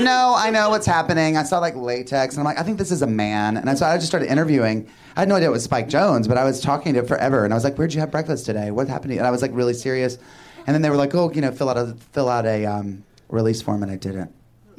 G: "No, I know what's happening. I saw like latex, and I'm like, I think this is a man," and so I just started interviewing. I had no idea it was Spike Jones, but I was talking to him forever, and I was like, "Where'd you have breakfast today? What happened?" To you? And I was like really serious, and then they were like, "Oh, you know, fill out a fill out a um, release form," and I didn't.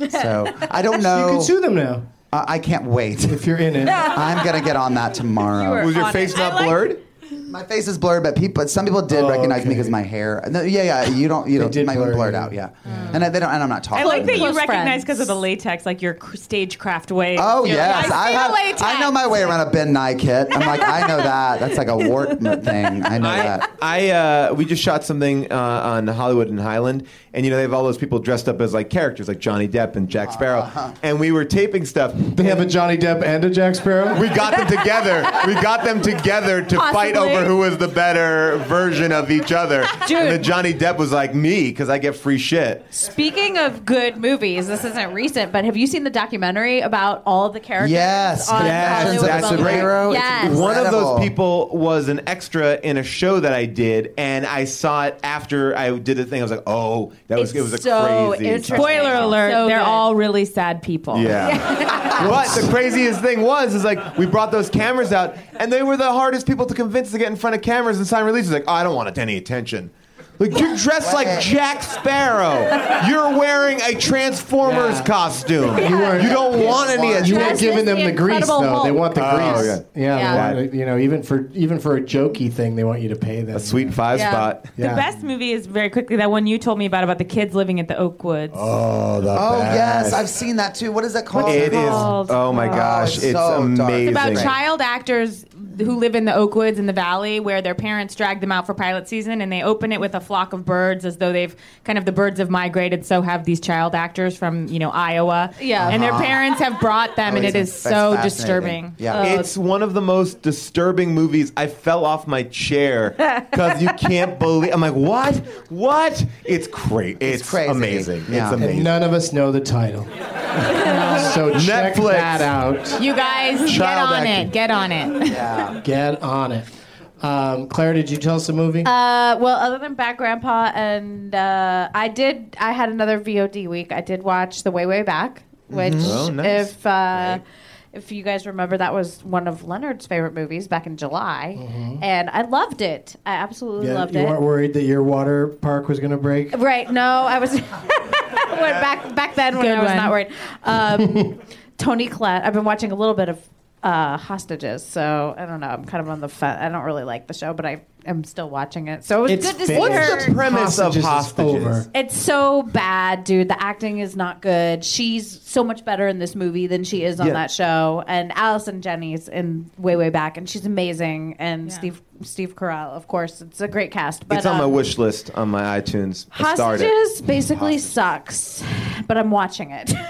G: So I don't know.
C: You can sue them now
G: I, I can't wait.
C: if you're in it.
G: I'm gonna get on that tomorrow.
M: was your face not blurred?
G: My face is blurred, but people, some people did
C: Oh,
G: recognize me
C: okay.
G: because my hair. No, yeah, yeah. You don't. You don't.
C: did
G: my
C: blur
G: blurred
C: you.
G: out. Yeah. And I, they don't. And I'm not talking.
L: I like that
G: about
L: you
G: it.
O: Close
L: recognize
O: friends.
L: because of the latex, like your cr- stagecraft way.
G: Oh
L: You're
G: yes,
L: like, I,
G: I,
L: feel
G: have,
L: latex.
G: I know my way around a Ben Nye kit. I'm like, I know that. That's like a wart thing. I know
M: I,
G: that.
M: I uh, we just shot something uh, on Hollywood and Highland, and you know they have all those people dressed up as like characters, like Johnny Depp and Jack Sparrow, and we were taping stuff.
C: They have a Johnny Depp and a Jack Sparrow.
M: We got them together. We got them together to fight
L: Possibly.
M: over over who was the better version of each other. And then Johnny Depp was like, me, because I get free shit.
F: Speaking of good movies, this isn't recent, but have you seen the documentary about all the characters?
G: Yes,
F: on
M: Yes,
F: Hollywood
M: that's a
F: Boulevard?
M: great.
F: Yes.
M: One of those people was an extra in a show that I did, and I saw it after I did the thing. I was like, "Oh, that was it was a crazy."
L: interesting. Spoiler alert, they're all
F: really sad people.
M: Yeah. but the craziest thing was is like we brought those cameras out, and they were the hardest people to convince to get in front of cameras and sign releases. Like, oh, I don't want any attention. Like you're dressed like Jack Sparrow. You're wearing a Transformers costume.
C: You weren't-
M: You don't want any attention.
C: You weren't giving them the grease though. They want the
M: Oh,
C: grease.
M: okay.
C: Yeah, they
L: Yeah.
C: want it- you know, even for even for a jokey thing, they want you to pay them. A
M: sweet five
L: Yeah.
M: spot.
C: Yeah.
L: The best movie is very quickly that one you told me about about the kids living at the Oakwoods.
M: Oh, the
G: Oh yes, I've seen that too. What is that called?
M: It is. Oh my gosh,
G: it's
M: it's
G: so dark.
M: amazing.
L: It's about child actors who live in the Oakwoods in the valley where their parents drag them out for pilot season and they open it with a flock of birds as though they've kind of the birds have migrated so have these child actors from, you know, Iowa.
F: Yeah.
L: And their
F: Uh-huh.
L: parents have brought them and it is so disturbing. Oh,
F: Uh,
M: it's one of the most disturbing movies. I fell off my chair because you can't believe. I'm like, what? What? It's great. It's,
G: crazy.
M: amazing. It's
C: And
M: amazing.
C: none of us know the title. so check
M: Netflix.
C: that out.
L: You guys get
C: Child
L: on
C: acting.
L: it. Get on it.
C: Get on it. Um, Claire, did you tell us a movie?
F: Uh, well, other than Back Grandpa, and uh, I did, I had another VOD week. I did watch The Way Way Back,
C: Mm-hmm.
F: which,
M: Oh, nice.
F: if uh, if you guys remember, that was one of Leonard's favorite movies back in July, and I loved it. I absolutely
C: Mm-hmm. Yeah,
F: loved
C: you
F: it.
C: weren't worried that your water park was going to break?
F: Right. No, I was when back back then when
L: Good
F: I was
L: one.
F: not worried. Um, Tony Collette. I've been watching a little bit of uh, Hostages, so I don't know. I'm kind of on the fence. I don't really like the show, but I am still watching it. So it was
C: It's
F: good to see
C: finished.
F: her.
M: What's the premise
C: Hostages is
M: of Hostages?
C: over.
F: It's so bad, dude. The acting is not good. She's so much better in this movie than she is on
M: Yeah.
F: that show. And Allison Jenny's in way way back, and she's amazing. And Steve Steve Carell, of course. It's a great cast. But
M: it's on my
F: um,
M: wish list on my iTunes. I started.
F: Hostages basically sucks, but I'm watching it.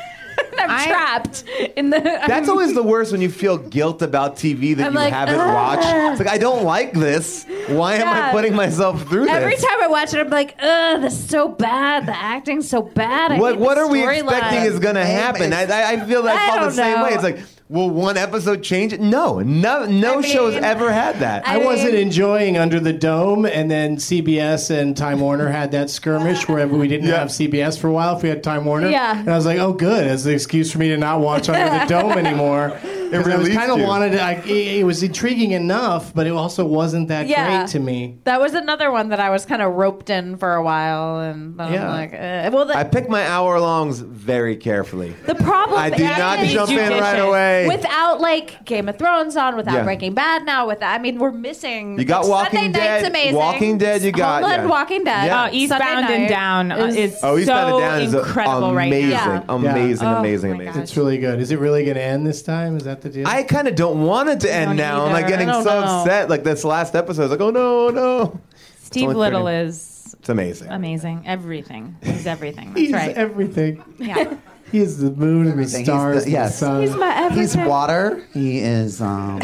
F: I'm trapped in the.
M: That's always the worst when you feel guilt about TV that
F: I'm
M: you
F: like,
M: haven't
F: "Ah."
M: watched. It's like I don't like this. Why am I
F: Yeah.
M: putting myself through
F: Every
M: this?
F: time I watch it, I'm like, ugh, this is so bad. The acting's so bad. I
M: what
F: hate
M: what
F: the
M: are we expecting
F: storyline."
M: is going to happen? I, I, I feel
F: I
M: I felt the
F: don't
M: same
F: know.
M: way. It's like, will one episode change it? No, no, no
F: I
M: show's
F: mean,
M: ever had that.
C: I wasn't
F: mean-
C: enjoying Under the Dome, and then CBS and Time Warner had that skirmish where we didn't
M: Yeah.
C: have CBS for a while. If we had Time Warner,
F: Yeah.
C: and I was like, "Oh, good," as an excuse for me to not watch Under the Dome anymore. It I was
M: released
C: kind of
M: you.
C: wanted. I, it, it was intriguing enough, but it also wasn't that
F: Yeah.
C: great to me.
F: That was another one that I was kind of roped in for a while, and then
C: Yeah.
F: I'm like, uh, well, the,
M: I pick my hour longs very carefully.
F: the problem.
M: I do
F: is-
M: not
L: be
M: jump in right
L: judicious.
M: away.
F: Without like Game of Thrones on, without
M: Yeah.
F: Breaking Bad now, with I mean, we're missing.
M: You got
F: Sunday
M: Walking
F: night's
M: Dead.
F: amazing.
M: Walking Dead, you got,
F: Homeland
M: yeah.
F: Walking Dead.
M: Yeah.
L: Oh, Eastbound
F: Sunday
L: and
F: night
L: Down is,
M: Oh, he's
L: so
M: down is
L: incredible right
M: amazing,
L: now.
M: amazing,
F: Yeah.
L: Yeah.
M: amazing,
L: Oh my
M: amazing.
L: gosh.
C: It's really good. Is it really going to end this time? Is that the deal?
M: I kind of don't want it to end
L: don't
M: now. I'm like
L: either.
M: getting
L: I
M: so
L: don't know.
M: upset. Like this last episode, I was like, oh no, no.
L: Steve
M: only
L: Little
M: 30.
L: is
M: It's amazing.
L: amazing. Everything. He's everything. That's
C: He's
L: right.
C: everything.
L: yeah.
C: He is the moon and the
G: Everything. He's
C: stars.
G: the-
C: and
G: yes.
C: sun.
F: He's my everything.
G: He's water. He is. Um,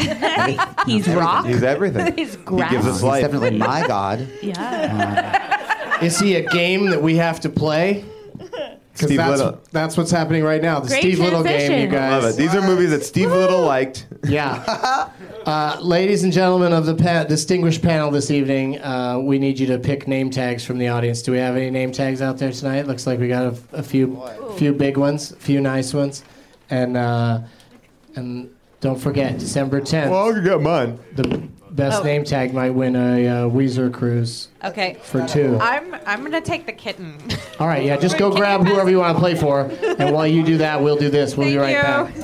L: He's rock.
M: He's everything.
L: He's
M: he
L: grass.
M: gives us
G: he's
M: life.
G: definitely my god.
L: yeah.
C: Is he a game that we have to play? Because
M: Steve
C: that's,
M: Little.
C: that's what's happening right now. The
L: Great
C: Steve Little game, you
L: transition.
M: I
C: guys.
M: love it. These are movies that Steve Little liked.
C: Yeah. Uh, ladies and gentlemen of the pa- distinguished panel this evening, uh, we need you to pick name tags from the audience. Do we have any name tags out there tonight? Looks like we got a, a few, few big ones, a few nice ones, and uh, and don't forget December tenth.
M: Well, you got mine.
C: the best name tag might win a uh, Weezer cruise
F: Okay.
C: for two.
F: I'm I'm gonna take the kitten.
C: All right, yeah, just go grab whoever you want to play for. And while you do that, we'll do this. We'll be right back.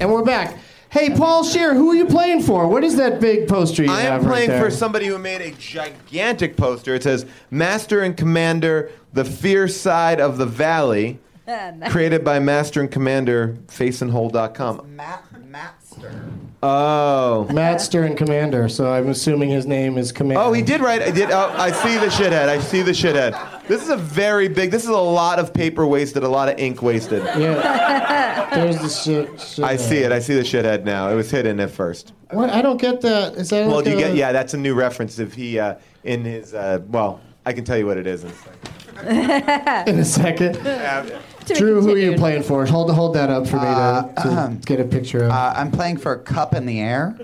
C: And we're back. Hey, Paul Shear, who are you playing for? What is that big poster you
M: I
C: have
M: am
C: right
M: playing
C: there?
M: for somebody who made a gigantic poster. It says Master and Commander, The Fierce Side of the Valley, created by Master and Commander, faceandhole.com.
G: Matt Master.
M: Oh.
C: Matt Stern Commander, so I'm assuming his name is Commander.
M: Oh, he did write. I did. Oh, I see the shithead. I see the shithead. This is a very big. This is a lot of paper wasted, a lot of ink wasted.
C: Yeah. There's the shit. shit
M: I see it. I see the shithead now. It was hidden at first.
C: What? I don't get that. Is that?
M: Well,
C: like
M: do you
C: a-
M: get? Yeah, that's a new reference. If he uh, in his uh, well, I can tell you what it is. In a second.
C: In a second. Drew, who are you playing for? Hold hold that up for me
M: Uh,
C: to, to
M: uh-huh.
C: get a picture of.
G: Uh, I'm playing for Cup in the Air.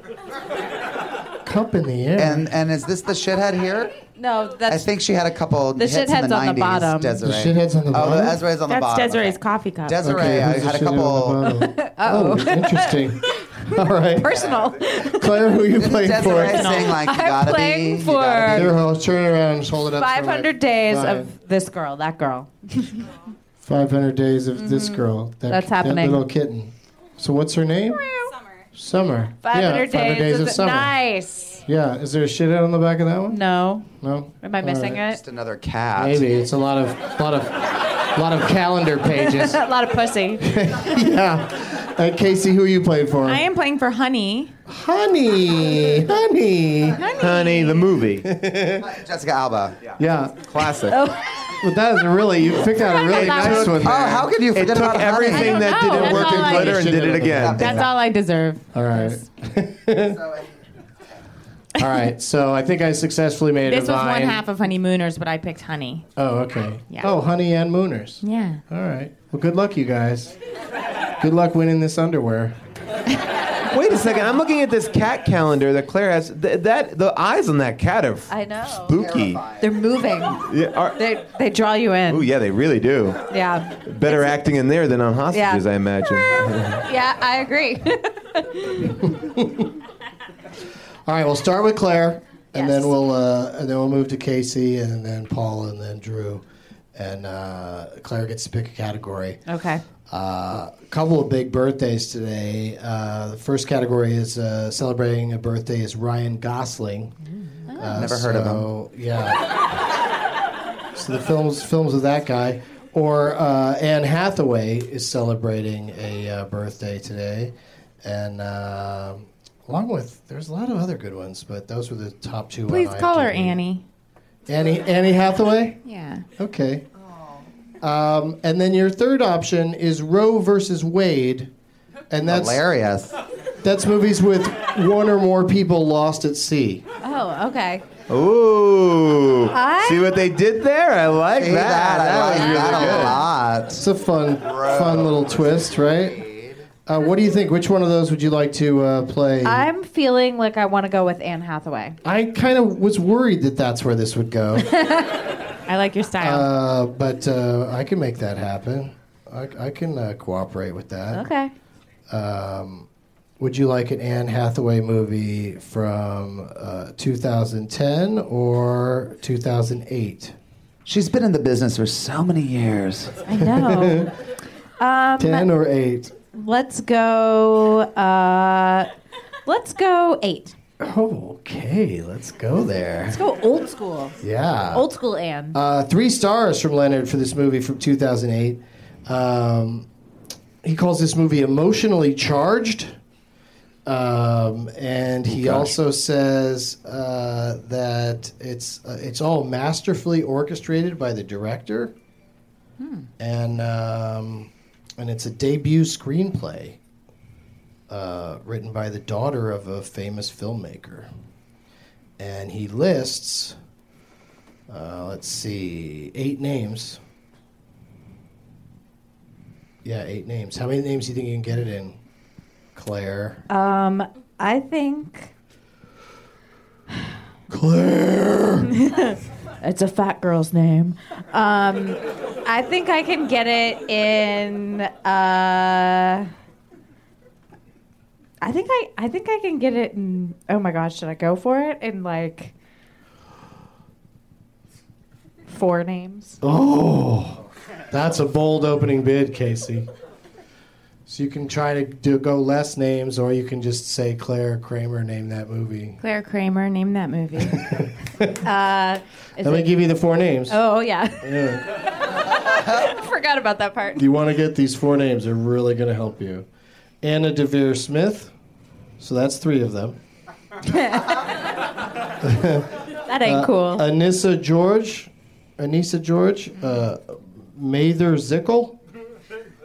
C: Cup in the Air.
G: And and is this the shithead here?
L: No,
G: I
L: that's
G: think she had a couple
L: The
G: hits in
L: shithead's
G: the
L: on the
G: 90s.
L: bottom. The
G: Desiree.
C: shithead's on the
G: Oh,
C: bottom?
G: Desiree's on the
L: that's
G: bottom. okay.
L: Desiree's coffee cup.
G: Desiree,
C: Okay,
G: I
C: who's the
G: had a
C: shithead
G: couple.
C: on the bottom? oh, interesting. All right,
L: personal.
C: Claire, who are you playing for?
G: Desiree saying like, you
L: I'm
G: gotta be.
L: playing
G: you gotta
C: Here, hold- turn around, and hold it up. for, like,
F: 500 days
C: five-
F: of this girl, that girl.
C: 500 days of this girl. That,
F: That's
C: That
F: happening.
C: little kitten. So what's her name? Summer. yeah,
F: 500
C: 500 days of
F: is-
C: summer.
F: Nice.
C: Yeah, is there a shithead on the back of that one?
F: No.
C: No.
F: Am I missing
G: be. Just another cat.
C: Maybe it's a lot of lot of lot of calendar pages.
F: it? A lot of pussy.
C: yeah. Uh, Casey, who are you playing for?
L: I am playing for Honey.
C: honey, honey.
M: Honey, the movie, Oh.
G: Jessica Alba.
C: Yeah,
M: classic.
C: but that is really you picked out a really nice one.
G: Oh,
C: There.
G: how could you
M: It
G: forget
M: took
G: about honey?
M: everything that
L: know.
M: didn't
L: That's
M: work
L: all
M: in
L: I-
M: glitter and did it again.
L: That's all I deserve.
C: All right. All right. So I think I successfully made
L: This
C: a
L: was
C: vine.
L: one half of Honeymooners, but I picked Honey.
C: Oh, okay.
L: Yeah.
C: Oh, honey and mooners.
L: Yeah.
C: All right. Well, good luck, you guys. Good luck winning this underwear.
M: Wait a second. I'm looking at this cat calendar that Claire has. Th- that the eyes on that cat are f-
F: I know.
M: spooky.
F: They're moving.
M: Yeah, are-
F: They, they draw you in.
M: oh yeah, they really do.
F: Yeah.
M: Better acting in there than on hostages,
F: Yeah.
M: I imagine.
F: Yeah, I agree.
C: All right, we'll start with Claire, and
F: Yes.
C: then we'll uh, and then we'll move to Casey, and then Paul, and then Drew, and uh, Claire gets to pick a category.
F: okay.
C: Uh, a couple of big birthdays today. Uh, the first category is uh, celebrating a birthday is Ryan Gosling. Uh,
G: Mm. Oh. Never heard of
C: so- Yeah. so the films films of that guy, or uh, Anne Hathaway is celebrating a uh, birthday today, and um along with there's a lot of other good ones, but those were the top two. on
L: Please call her
C: IMDb.
L: Annie.
C: Annie Annie Hathaway.
L: Yeah.
C: Okay. Um, and then your third option is Roe versus Wade, and that's
G: Hilarious.
C: that's movies with one or more people lost at sea.
F: Oh, okay.
M: Ooh.
F: I-
M: See what they did there? I like
G: See
M: that.
G: that? I like that a lot.
C: It's a fun fun little twist, right? Uh, what do you think? Which one of those would you like to uh, play?
F: I'm feeling like I want to go with Anne Hathaway.
C: I kind of was worried that that's where this would go,
L: I like your style.
C: uh, but uh, I can make that happen. I, I can uh, cooperate with that.
F: Okay.
C: Um, Would you like an Anne Hathaway movie from uh, 2010 or 2008?
G: She's been in the business for so many years.
F: I know. Um,
C: 10 or 8?
F: let's go. Uh, let's go eight.
C: Oh, okay, let's go there.
F: Let's go old school.
C: Yeah.
F: Old school Anne.
C: Uh, three stars from Leonard for this movie from 2008. Um, he calls this movie emotionally charged. Um, and he also says uh, that it's uh, it's all masterfully orchestrated by the director, and um, and it's a debut screenplay uh, written by the daughter of a famous filmmaker, and he lists uh, let's see, eight names. Yeah, eight names. How many names do you think you can get it in? Claire.
F: I think
C: Claire.
F: it's a fat girl's name. Um, I think I can get it in. Uh, I think I. I think I can get it in. Oh my gosh, should I go for it in like four names?
C: Oh, that's a bold opening bid, Casey. So you can try to do, go less names, or you can just say Claire Kramer name that movie.
L: Claire Kramer, name that movie.
C: Let me give you the four names.
F: Oh yeah,
C: Yeah.
F: forgot about that part.
C: You want to get these four names? They're really going to help you. Anna Devere Smith. So that's three of them.
F: That
C: Uh,
F: ain't cool.
C: Anissa George, Anissa George, uh, Mather Zickel,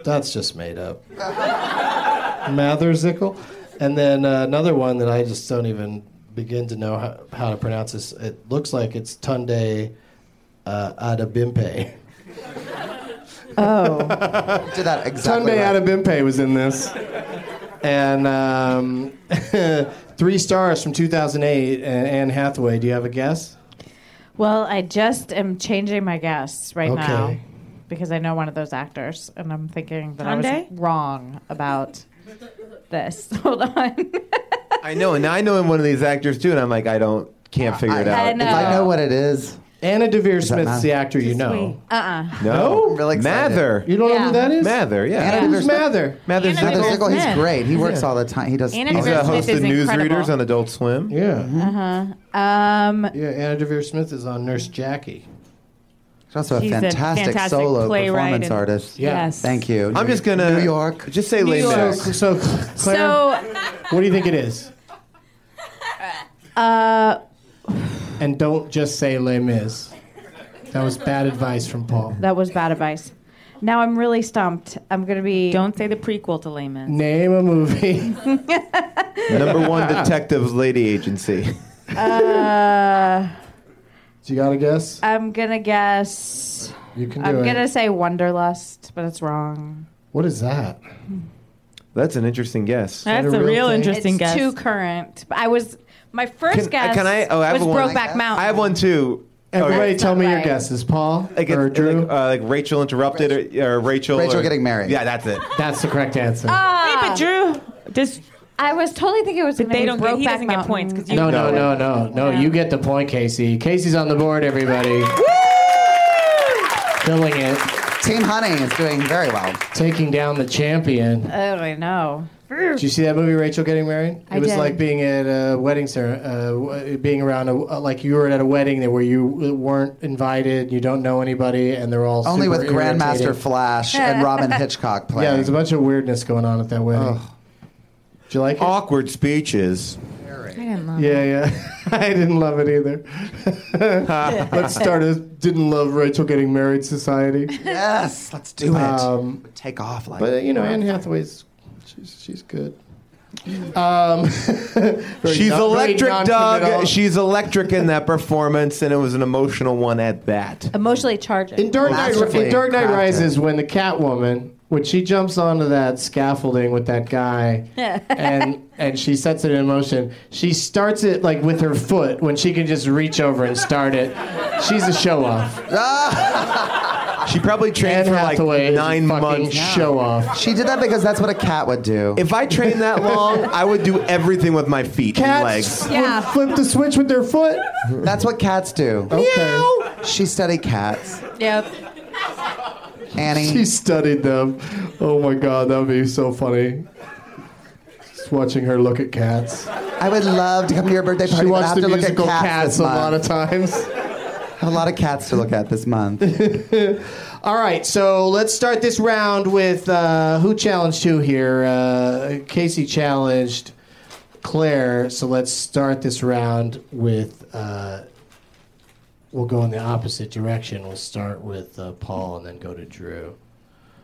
P: That's just made up. Mathersickle. And then uh, another one that I just don't even begin to know how, how to pronounce this. It looks like it's Tunde uh, Adabimpe.
F: Oh.
G: Did that
P: exactly.
C: Tunde Adebimpe was in this. And um, three stars from 2008. And Anne Hathaway, do you have a guess?
F: Well, I just am changing my guess right
C: Okay.
F: now because I know one of those actors, and I'm thinking that I
L: Hyundai?
F: was wrong about this. Hold on.
M: I know, and I know I'm one of these actors too, and I'm like, I don't, can't figure it out.
F: I know. I know
G: what it is.
C: Anna Devere Smith's
G: math?
C: the actor you know.
F: Uh uh
M: No,
G: I'm really excited.
M: Mather.
C: You don't know
F: Yeah.
C: who that is?
M: Mather, yeah.
G: Anna
C: Who's
G: Devere Smith.
C: Mather?
M: Mather's
L: Anna
G: Heather
L: Devere
G: Sickle, he's
L: Smith.
G: great. He works all the time. He does.
L: Anna
G: he's
M: He's
G: a-
M: a
L: Smith
M: host
L: is
M: of newsreaders
L: incredible.
M: on Adult Swim.
C: Yeah.
F: Um,
C: Yeah, Anna Devere Smith is on Nurse Jackie.
G: She's also a
L: She's a
G: fantastic,
L: fantastic
G: solo
L: playwright
G: performance
L: and-
G: artist.
C: Yeah.
L: Yes.
G: Thank you.
M: I'm just gonna
G: New York.
M: Just say Lay
C: So,
M: Mac.
C: so Claire,
F: so,
C: what do you think it is?
F: uh,
C: And don't just say Les Mis. That was bad advice from Paul.
F: that was bad advice. Now I'm really stumped. I'm going to be.
L: Don't say the prequel to Layman.
C: Name a movie.
M: Number one detectives lady agency.
F: Uh,
C: you got a guess?
F: I'm going to guess.
C: You can do
F: I'm
C: it.
F: going to say Wonderlust, but it's wrong.
C: What is that?
M: That's an interesting guess.
L: That's
C: a
L: a
C: real
L: real
C: thing?
L: interesting
F: it's
L: guess.
F: too current. But I was. My first
M: Can-
F: guess
M: can I- oh, I have
F: was
M: one.
F: Brokeback Mountain.
M: I have one too.
C: Everybody
F: That's
C: tell
F: not
C: me your
F: right.
C: guesses. Paul
M: Like,
C: or
M: it's-
C: Drew?
M: like, uh, like Rachel interrupted, or, or Rachel.
G: Rachel
M: or-
G: getting married.
M: Yeah, that's it.
C: That's the correct answer.
L: Wait,
F: Ah,
L: but Drew, does
F: I was totally thinking it was
L: But
F: going
L: they
F: to
L: don't
F: be
L: get-
F: Brokeback
L: he doesn't get
F: Mountain.
L: points 'cause you-
C: no, no, no, no, no. You get the point, Casey. Casey's on the board, everybody. Filling it.
G: Team Honey is doing very well.
C: Taking down the champion.
F: Oh, I know.
C: Did you see that movie, Rachel Getting Married?
F: I
C: it was
F: did.
C: like being at a wedding, cer- uh, w- being around, a, uh, like you were at a wedding that where you uh, weren't invited, you don't know anybody, and they're all
G: Only
C: super
G: with Grandmaster
C: irritated.
G: Flash and Robin Hitchcock playing.
C: Yeah, there's a bunch of weirdness going on at that wedding. Did you like it?
M: Awkward speeches.
C: Yeah, yeah. I didn't love it either. Let's start a didn't love Rachel getting married society.
G: yes, let's do it.
C: Um,
G: Take off like.
C: But you know, Anne Hathaway's she's she's good. Um, very
M: She's
C: non- very
M: electric,
C: non-committal.
M: Doug. She's electric in that performance, and it was an emotional one at that.
F: Emotionally charging.
C: In Dark Knight,
G: Masterfully
C: in Dark Knight
G: crafted.
C: Rises, when the Catwoman, when she jumps onto that scaffolding with that guy, and and she sets it in motion, she starts it like with her foot when she can just reach over and start it. She's a show off.
M: She probably
C: Anne
M: trained for like
C: Hathaway is a
M: nine
C: fucking
M: months.
C: show off.
G: she did that because that's what a cat would do.
M: If I trained that long, I would do everything with my feet and
C: Cats
M: legs.
C: would flip the switch with their foot.
G: that's what cats do.
C: Okay.
G: She studied cats.
F: Yep.
G: Annie.
C: She studied them. Oh my god, that would be so funny. Just watching her look at cats.
G: I would love to come to your birthday
C: She
G: party, but I
C: watched
G: have
C: the
G: to look at
C: musical
G: cats,
C: cats
G: this
C: a
G: month.
C: lot of times.
G: I have a lot of cats to look at this month.
C: All right, so let's start this round with uh, who challenged who here. Uh, Casey challenged Claire, so let's start this round with. Uh, we'll go in the opposite direction. We'll start with uh, Paul and then go to Drew.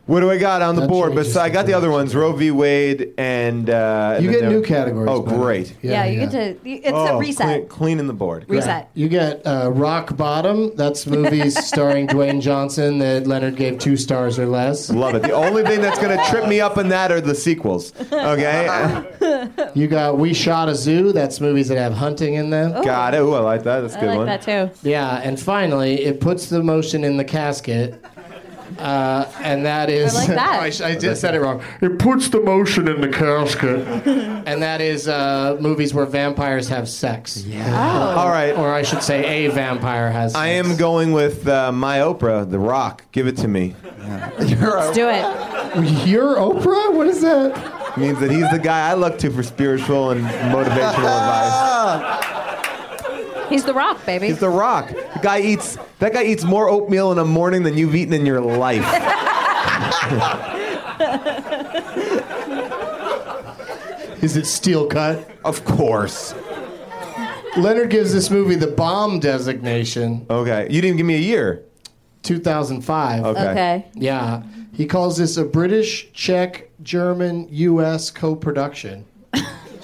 M: What do I got on the
C: That
M: board? But
C: changes
M: so I got
C: the
M: the other ones: Roe v. Wade and. Uh, and
C: You
M: then
C: get
M: there-
C: new categories.
M: Oh,
C: by the way.
M: great!
O: Yeah, you get to. It's
M: Oh,
O: a reset.
M: Clean, cleaning the board. Great.
O: Reset.
C: You get uh, Rock Bottom. That's movies starring Dwayne Johnson that Leonard gave two stars or less.
M: Love it. The only thing that's going to trip me up in that are the sequels. Okay?
C: You got We Shot a Zoo. That's movies that have hunting in them.
M: Got it. Ooh, I like that. That's a
O: I
M: good
O: like
M: one.
O: that too.
C: Yeah, and finally, it puts the motion in the casket. Uh, and that is.
O: like that.
C: Oh, I, sh- I just said it wrong. It puts the motion in the casket. and that is uh, movies where vampires have sex.
M: All right.
C: Or I should say, a vampire has sex.
M: I am going with uh, my Oprah, The Rock. Give it to me.
G: You're
O: Do it.
C: You're Oprah? What is that?
M: It means that he's the guy I look to for spiritual and motivational advice.
O: He's the rock, baby.
M: He's The Rock. The guy eats. That guy eats more oatmeal in a morning than you've eaten in your life.
C: Is it Steel Cut?
M: Of course.
C: Leonard gives this movie the bomb designation,
M: Okay. You didn't give me a year.
C: 2005.
M: Okay.
O: okay.
C: Yeah. He calls this a British, Czech, German, U.S. co-production.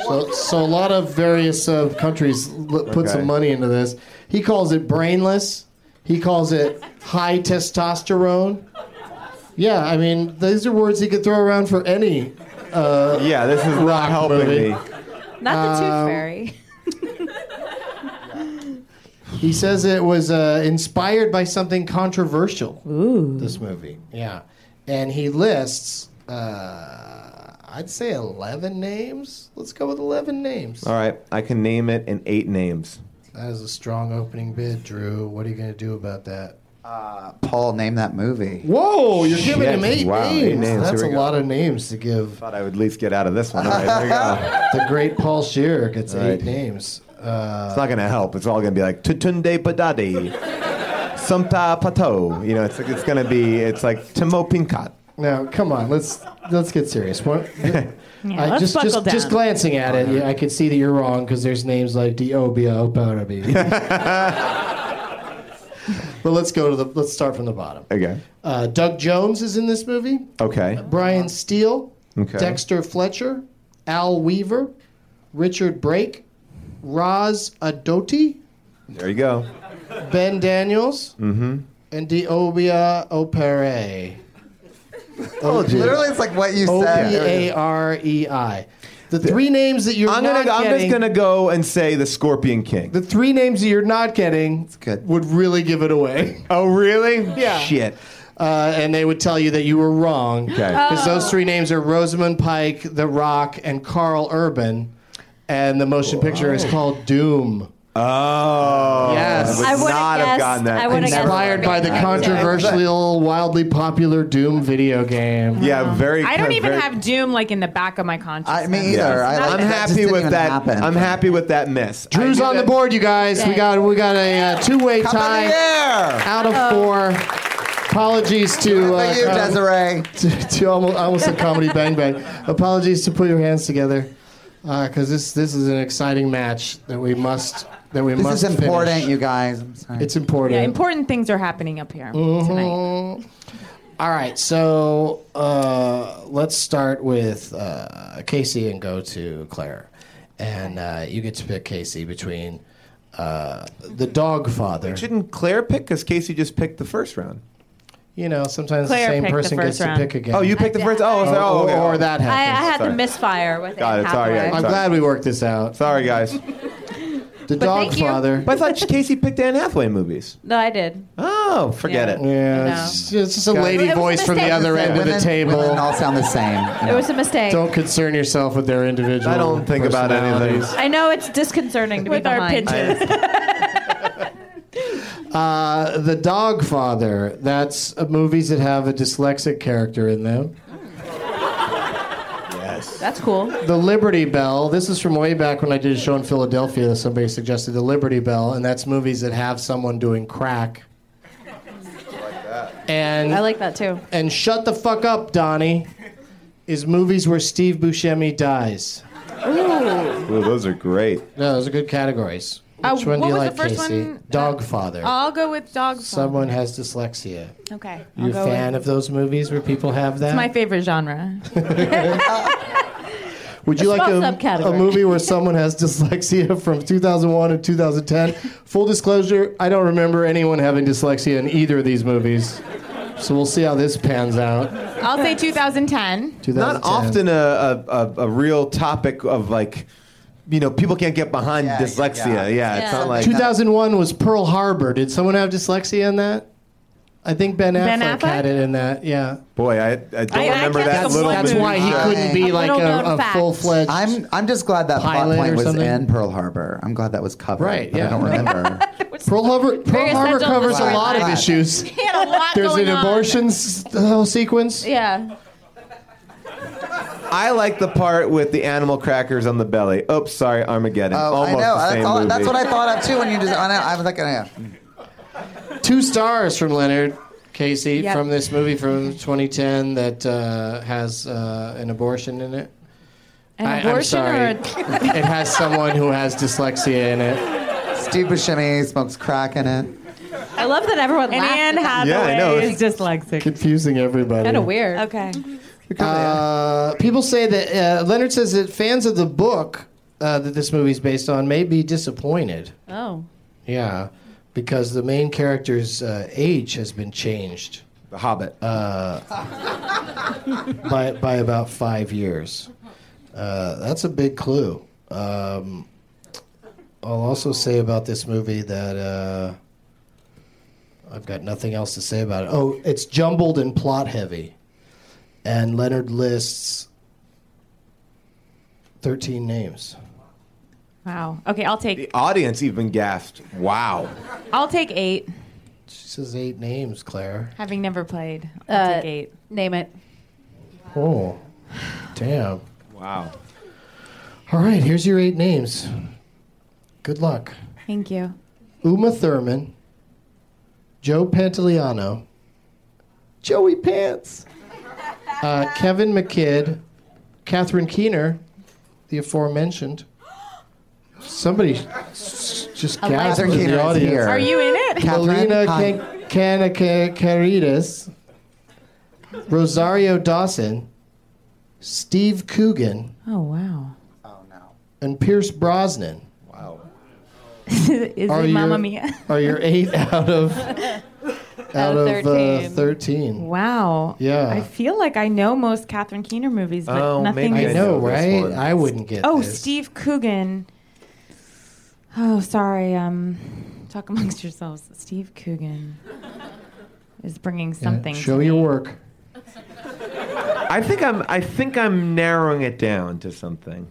C: so, so a lot of various uh, countries l- put some
M: Okay.
C: money into this. He calls it brainless. He calls it high testosterone. Yeah, I mean, these are words he could throw around for any. Uh,
M: yeah, this is
C: rock
M: not helping
C: movie.
M: me.
O: Not the
C: Um,
O: Tooth Fairy.
C: He says it was uh, inspired by something controversial. Ooh. This movie. Yeah. And he lists, uh, I'd say 11 names. Let's go with 11 names.
M: All right, I can name it in eight names.
C: That is a strong opening bid, Drew. What are you going to do about that?
G: Paul, name that movie.
C: Whoa, you're
M: Shit.
C: giving him eight
M: Wow,
C: names.
M: eight names.
C: That's
M: Here
C: a
M: we go.
C: lot of names to give.
M: Thought I would at least get out of this one. All right, there we go.
C: The great Paul Shearer gets
M: All
C: eight
M: right.
C: names. Uh,
M: It's not gonna help. It's all gonna be like tutunde padade, samta pato. You know, it's it's gonna be it's like timo pinkat.
C: Now, come on, let's let's get serious. What, I
L: let's
C: just just
L: buckle
C: just
L: down.
C: glancing at it, yeah, I can see that you're wrong because there's names like Diobia Oparabi. but let's go to the let's start from the bottom.
M: Okay.
C: Uh, Doug Jones is in this movie.
M: Okay.
C: Brian Steele,
M: Okay.
C: Dexter Fletcher, Al Weaver, Richard Brake, Roz Adoti,
M: There you go.
C: Ben Daniels, and Diobia Opere.
G: Literally, it's like what you
C: O P
G: said.
C: A R E I. The three names that you're
M: I'm
C: not
M: gonna I'm
C: getting,
M: just gonna go and say the Scorpion King.
C: the three names that you're not getting
G: good.
C: would really give it away.
M: Oh really?
C: Yeah.
M: Shit.
C: Uh, and they would tell you that you were wrong.
M: Okay.
L: Uh,
C: Because those three names are Rosamund Pike, The Rock, and Carl Urban. And the motion picture is called Doom.
M: Oh.
C: Yes.
M: I
O: I
M: would
O: would've
M: not have
O: guessed-
M: gotten that.
O: I would've guessed-
C: Inspired by the controversial, wildly popular Doom video game.
M: Yeah. Very.
L: um, I don't even
M: very-
L: have Doom like in the back of my consciousness.
G: I, me either. I like,
M: I'm
G: that just
M: happy
G: didn't
M: with
G: even
M: that.
G: Happen.
M: I'm happy with that miss.
C: Drew's
M: I-
C: on the board, you guys. We got we got a uh, two-way
G: Come on
C: tie.
G: the air.
C: out of four. Apologies to
G: For
C: uh,
G: you,
C: com-
G: Desiree.
C: to, to almost, I almost said comedy bang bang. Apologies to put your hands together because this this is an exciting match that we must that we
G: This
C: must.
G: is important,
C: finish.
G: you guys. I'm sorry.
C: It's important.
L: yeah, important things are happening up here
C: Mm-hmm.
L: tonight.
C: All right, so uh, let's start with uh, Casey and go to Claire, and uh, you get to pick Casey between uh, the dog father.
M: Shouldn't Claire pick? Because Casey just picked the first round.
C: You know, sometimes
L: Claire
C: the same
L: picked the
C: person gets
L: first round.
C: to pick again.
M: Oh, you picked the first. Oh,
C: or,
M: sorry. oh, okay.
C: or that
O: I, I
C: happens.
O: had the
M: sorry.
O: misfire with
M: Got
O: Anne
M: it, sorry,
O: Hathaway.
M: yeah.
C: I'm glad we worked this out.
M: Sorry, guys.
C: The dog
O: thank you.
C: father.
M: But I thought Casey picked Anne Hathaway movies.
O: No, I did.
M: Oh, forget
O: Yeah.
M: it.
C: yeah,
O: No.
C: it's, it's just a lady
O: It was a
C: voice from the
O: mistake.
C: other end of the
G: Women- Women
C: table.
G: all sound the same.
O: It was a mistake.
C: Don't concern yourself with their individual.
M: I don't think about any of
C: personalities.
M: these.
O: I know it's disconcerting to be
L: With our
O: behind.
L: pitches.
C: Uh, the dog father. That's uh, movies that have a dyslexic character in them.
M: Yes.
O: That's cool.
C: The Liberty Bell. This is from way back when I did a show in Philadelphia. that Somebody suggested the Liberty Bell, and that's movies that have someone doing crack. And
O: I like that too.
C: and shut the fuck up, Donnie, is movies where Steve Buscemi dies.
M: Ooh, those are great.
C: No, those are good categories. Which
L: Uh, what
C: one do you
L: was the
C: like,
L: first
C: Casey?
L: one? Oh.
C: Dogfather.
L: I'll go with Dog Song.
C: Someone has dyslexia.
L: Okay.
C: You a
L: I'll go
C: fan
L: with-
C: of those movies where people have that?
L: It's my favorite genre.
C: Would you
O: A
C: like
O: small
C: a,
O: subcategory.
C: a movie where someone has dyslexia from 2001 and 2010? Full disclosure, I don't remember anyone having dyslexia in either of these movies. So we'll see how this pans out.
L: I'll say 2010.
C: 2010.
M: Not often a, a, a, a real topic of like, you know, people can't get behind
G: Yeah,
M: dyslexia.
G: yeah.
M: Yeah, it's not like.
C: 2001 was Pearl Harbor. Did someone have dyslexia in that? I think Ben Affleck,
L: Ben Affleck?
C: had it in that. Yeah,
M: Boy, I, I don't
L: I
M: remember
L: can't
M: that
L: think of
M: little.
L: one
C: that's
M: movie.
C: why he
G: Right.
C: couldn't be
O: A
C: like
O: little-known
C: a, a
O: fact.
C: full fledged.
G: I'm I'm just glad that plot
C: Pilot or
G: point was
C: something?
G: in Pearl Harbor. I'm glad that was covered.
C: Right,
G: but
C: yeah.
G: I don't remember.
C: Pearl Harbor. Pearl Harbor
O: essential
C: covers a
G: storyline.
C: lot of
G: Right.
C: issues.
L: He had a lot
C: There's
L: going
C: an
L: on.
C: abortion s- uh, sequence.
O: Yeah.
M: I like the part with the animal crackers on the belly. Oops, sorry, Armageddon.
G: Oh,
M: Almost
G: I know.
M: the same
G: That's, all,
M: movie.
G: that's what I thought of too when you just. I, know, I was like, oh, yeah.
C: Two stars from Leonard Casey
L: Yep.
C: from this movie from 2010 that uh, has uh, an abortion in it.
L: An
C: I- I'm
L: abortion
C: sorry.
L: or
C: it has someone who has dyslexia in it.
G: Steve Buscemi smokes crack in it.
O: I love that everyone
L: And
O: laughed.
L: Anne Hathaway
C: Yeah, I know.
L: is dyslexic.
C: Confusing everybody.
O: Kind of weird.
L: Okay.
C: Uh, people say that uh, Leonard says that fans of the book uh, that this movie's based on may be disappointed.
O: Oh.
C: Yeah, because the main character's uh, age has been changed
M: The Hobbit.
C: by by about five years. Uh, that's a big clue. Um, I'll also say about this movie that uh, I've got nothing else to say about it. Oh, it's jumbled and plot heavy, and Leonard lists thirteen names.
L: Wow. Okay, I'll take
M: the audience even gasped, "Wow!"
L: I'll take eight.
C: She says eight names, Claire.
L: Having never played, I'll
O: Uh,
L: take eight.
O: Name it.
C: Oh, damn.
M: Wow.
C: All right, here's your eight names. Good luck.
L: Thank you.
C: Uma Thurman, Joe Pantoliano, Joey Pants, uh, Kevin McKidd, Catherine Keener, the aforementioned. Somebody s- just gasped
G: Catherine
C: in
G: Keener
C: the
G: is
C: audience.
G: here.
L: Are you in it?
C: Melina
G: Hi.
C: Can- Kanaka Caritas, Rosario Dawson, Steve Coogan,
L: Oh wow.
C: and Pierce Brosnan
L: is
C: Are
L: it
C: you-
L: Mamma Mia?
C: are your eight out of out of uh, 13.
L: Wow.
C: Yeah.
L: I feel like I know most Catherine Keener movies, but
M: Oh,
L: nothing.
M: maybe
C: I
M: I
L: is-
C: know,
M: know this
C: right?
M: one.
C: I wouldn't get.
L: Oh,
C: this.
L: Steve Coogan. Oh, sorry. Um, talk amongst yourselves. Steve Coogan is bringing
C: Yeah,
L: something.
C: Show your work.
M: I think I'm. I think I'm narrowing it down to something.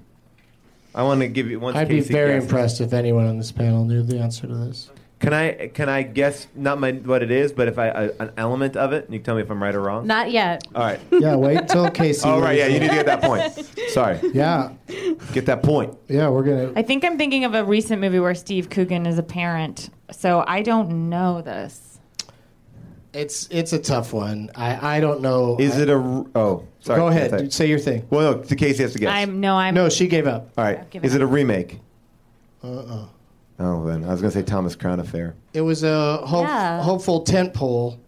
M: I want to give you. Once
C: I'd be
M: Casey
C: very
M: guesses-
C: impressed if anyone on this panel knew the answer to this.
M: Can I? Can I guess not my what it is, but if I uh, an element of it, and you can tell me if I'm right or wrong.
O: Not yet.
M: All right.
C: Yeah, wait till Casey.
M: All right. Yeah,
C: leaves.
M: you need to get that point. Sorry,
C: yeah,
M: get that point.
C: yeah. We're gonna.
L: I think I'm thinking of a recent movie where Steve Coogan is a parent. So I don't know this.
C: It's it's a tough one. I I don't know.
M: Is
C: I-
M: it a? r- Oh, sorry.
C: Go ahead.
M: Sorry.
C: dude, say your thing.
M: Well, no. The Casey has to guess.
L: I'm no. I'm
C: No, she gave up.
M: All right.
L: given
M: Is it a remake?
C: Uh-uh.
M: Uh uh Oh, then I was gonna say Thomas Crown Affair.
C: It was a hope,
O: Yeah.
C: hopeful tent pole,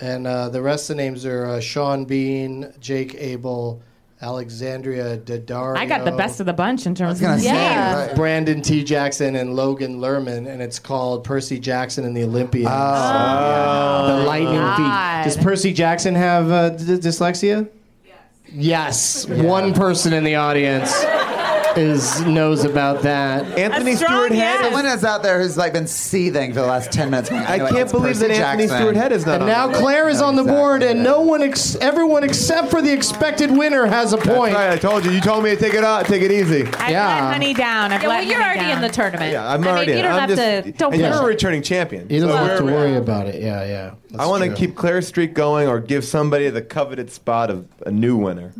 C: and uh, the rest of the names are uh, Sean Bean, Jake Abel, Alexandria Daddario.
L: I got the best of the bunch in terms
G: gonna
L: of
G: say,
O: Yeah.
G: right.
C: Brandon T. Jackson and Logan Lerman, and it's called Percy Jackson and the Olympians. the lightning
L: Oh, God.
C: thief. Does Percy Jackson have uh, d- dyslexia? Yes. Yes. One person in the audience is knows about that.
M: Anthony
L: strong
M: Stewart Head.
L: yes.
M: Is,
G: Someone is out there who's like been seething for the last ten minutes.
M: I can't believe that Anthony Stewart Head is not.
C: And
M: on
C: now
M: that.
C: Claire is on the board, and no one, ex- everyone except for the expected winner has a
M: That's
C: point.
M: right. I told you. You told me to take it out. Take it easy.
L: I've
C: Yeah.
L: let honey down. I've
O: Yeah,
L: let
O: well, you're
L: honey
O: already
L: down.
O: in the tournament.
M: Yeah, I'm
O: I mean,
M: already.
O: You
M: in.
O: don't have
M: I'm just,
O: to. Don't
M: and
O: push.
M: you're a returning champion.
C: You don't
M: so
C: have to
M: we're-
C: worry about it. Yeah, yeah.
M: I want to
C: That's true.
M: keep Claire's streak going, or give somebody the coveted spot of a new winner.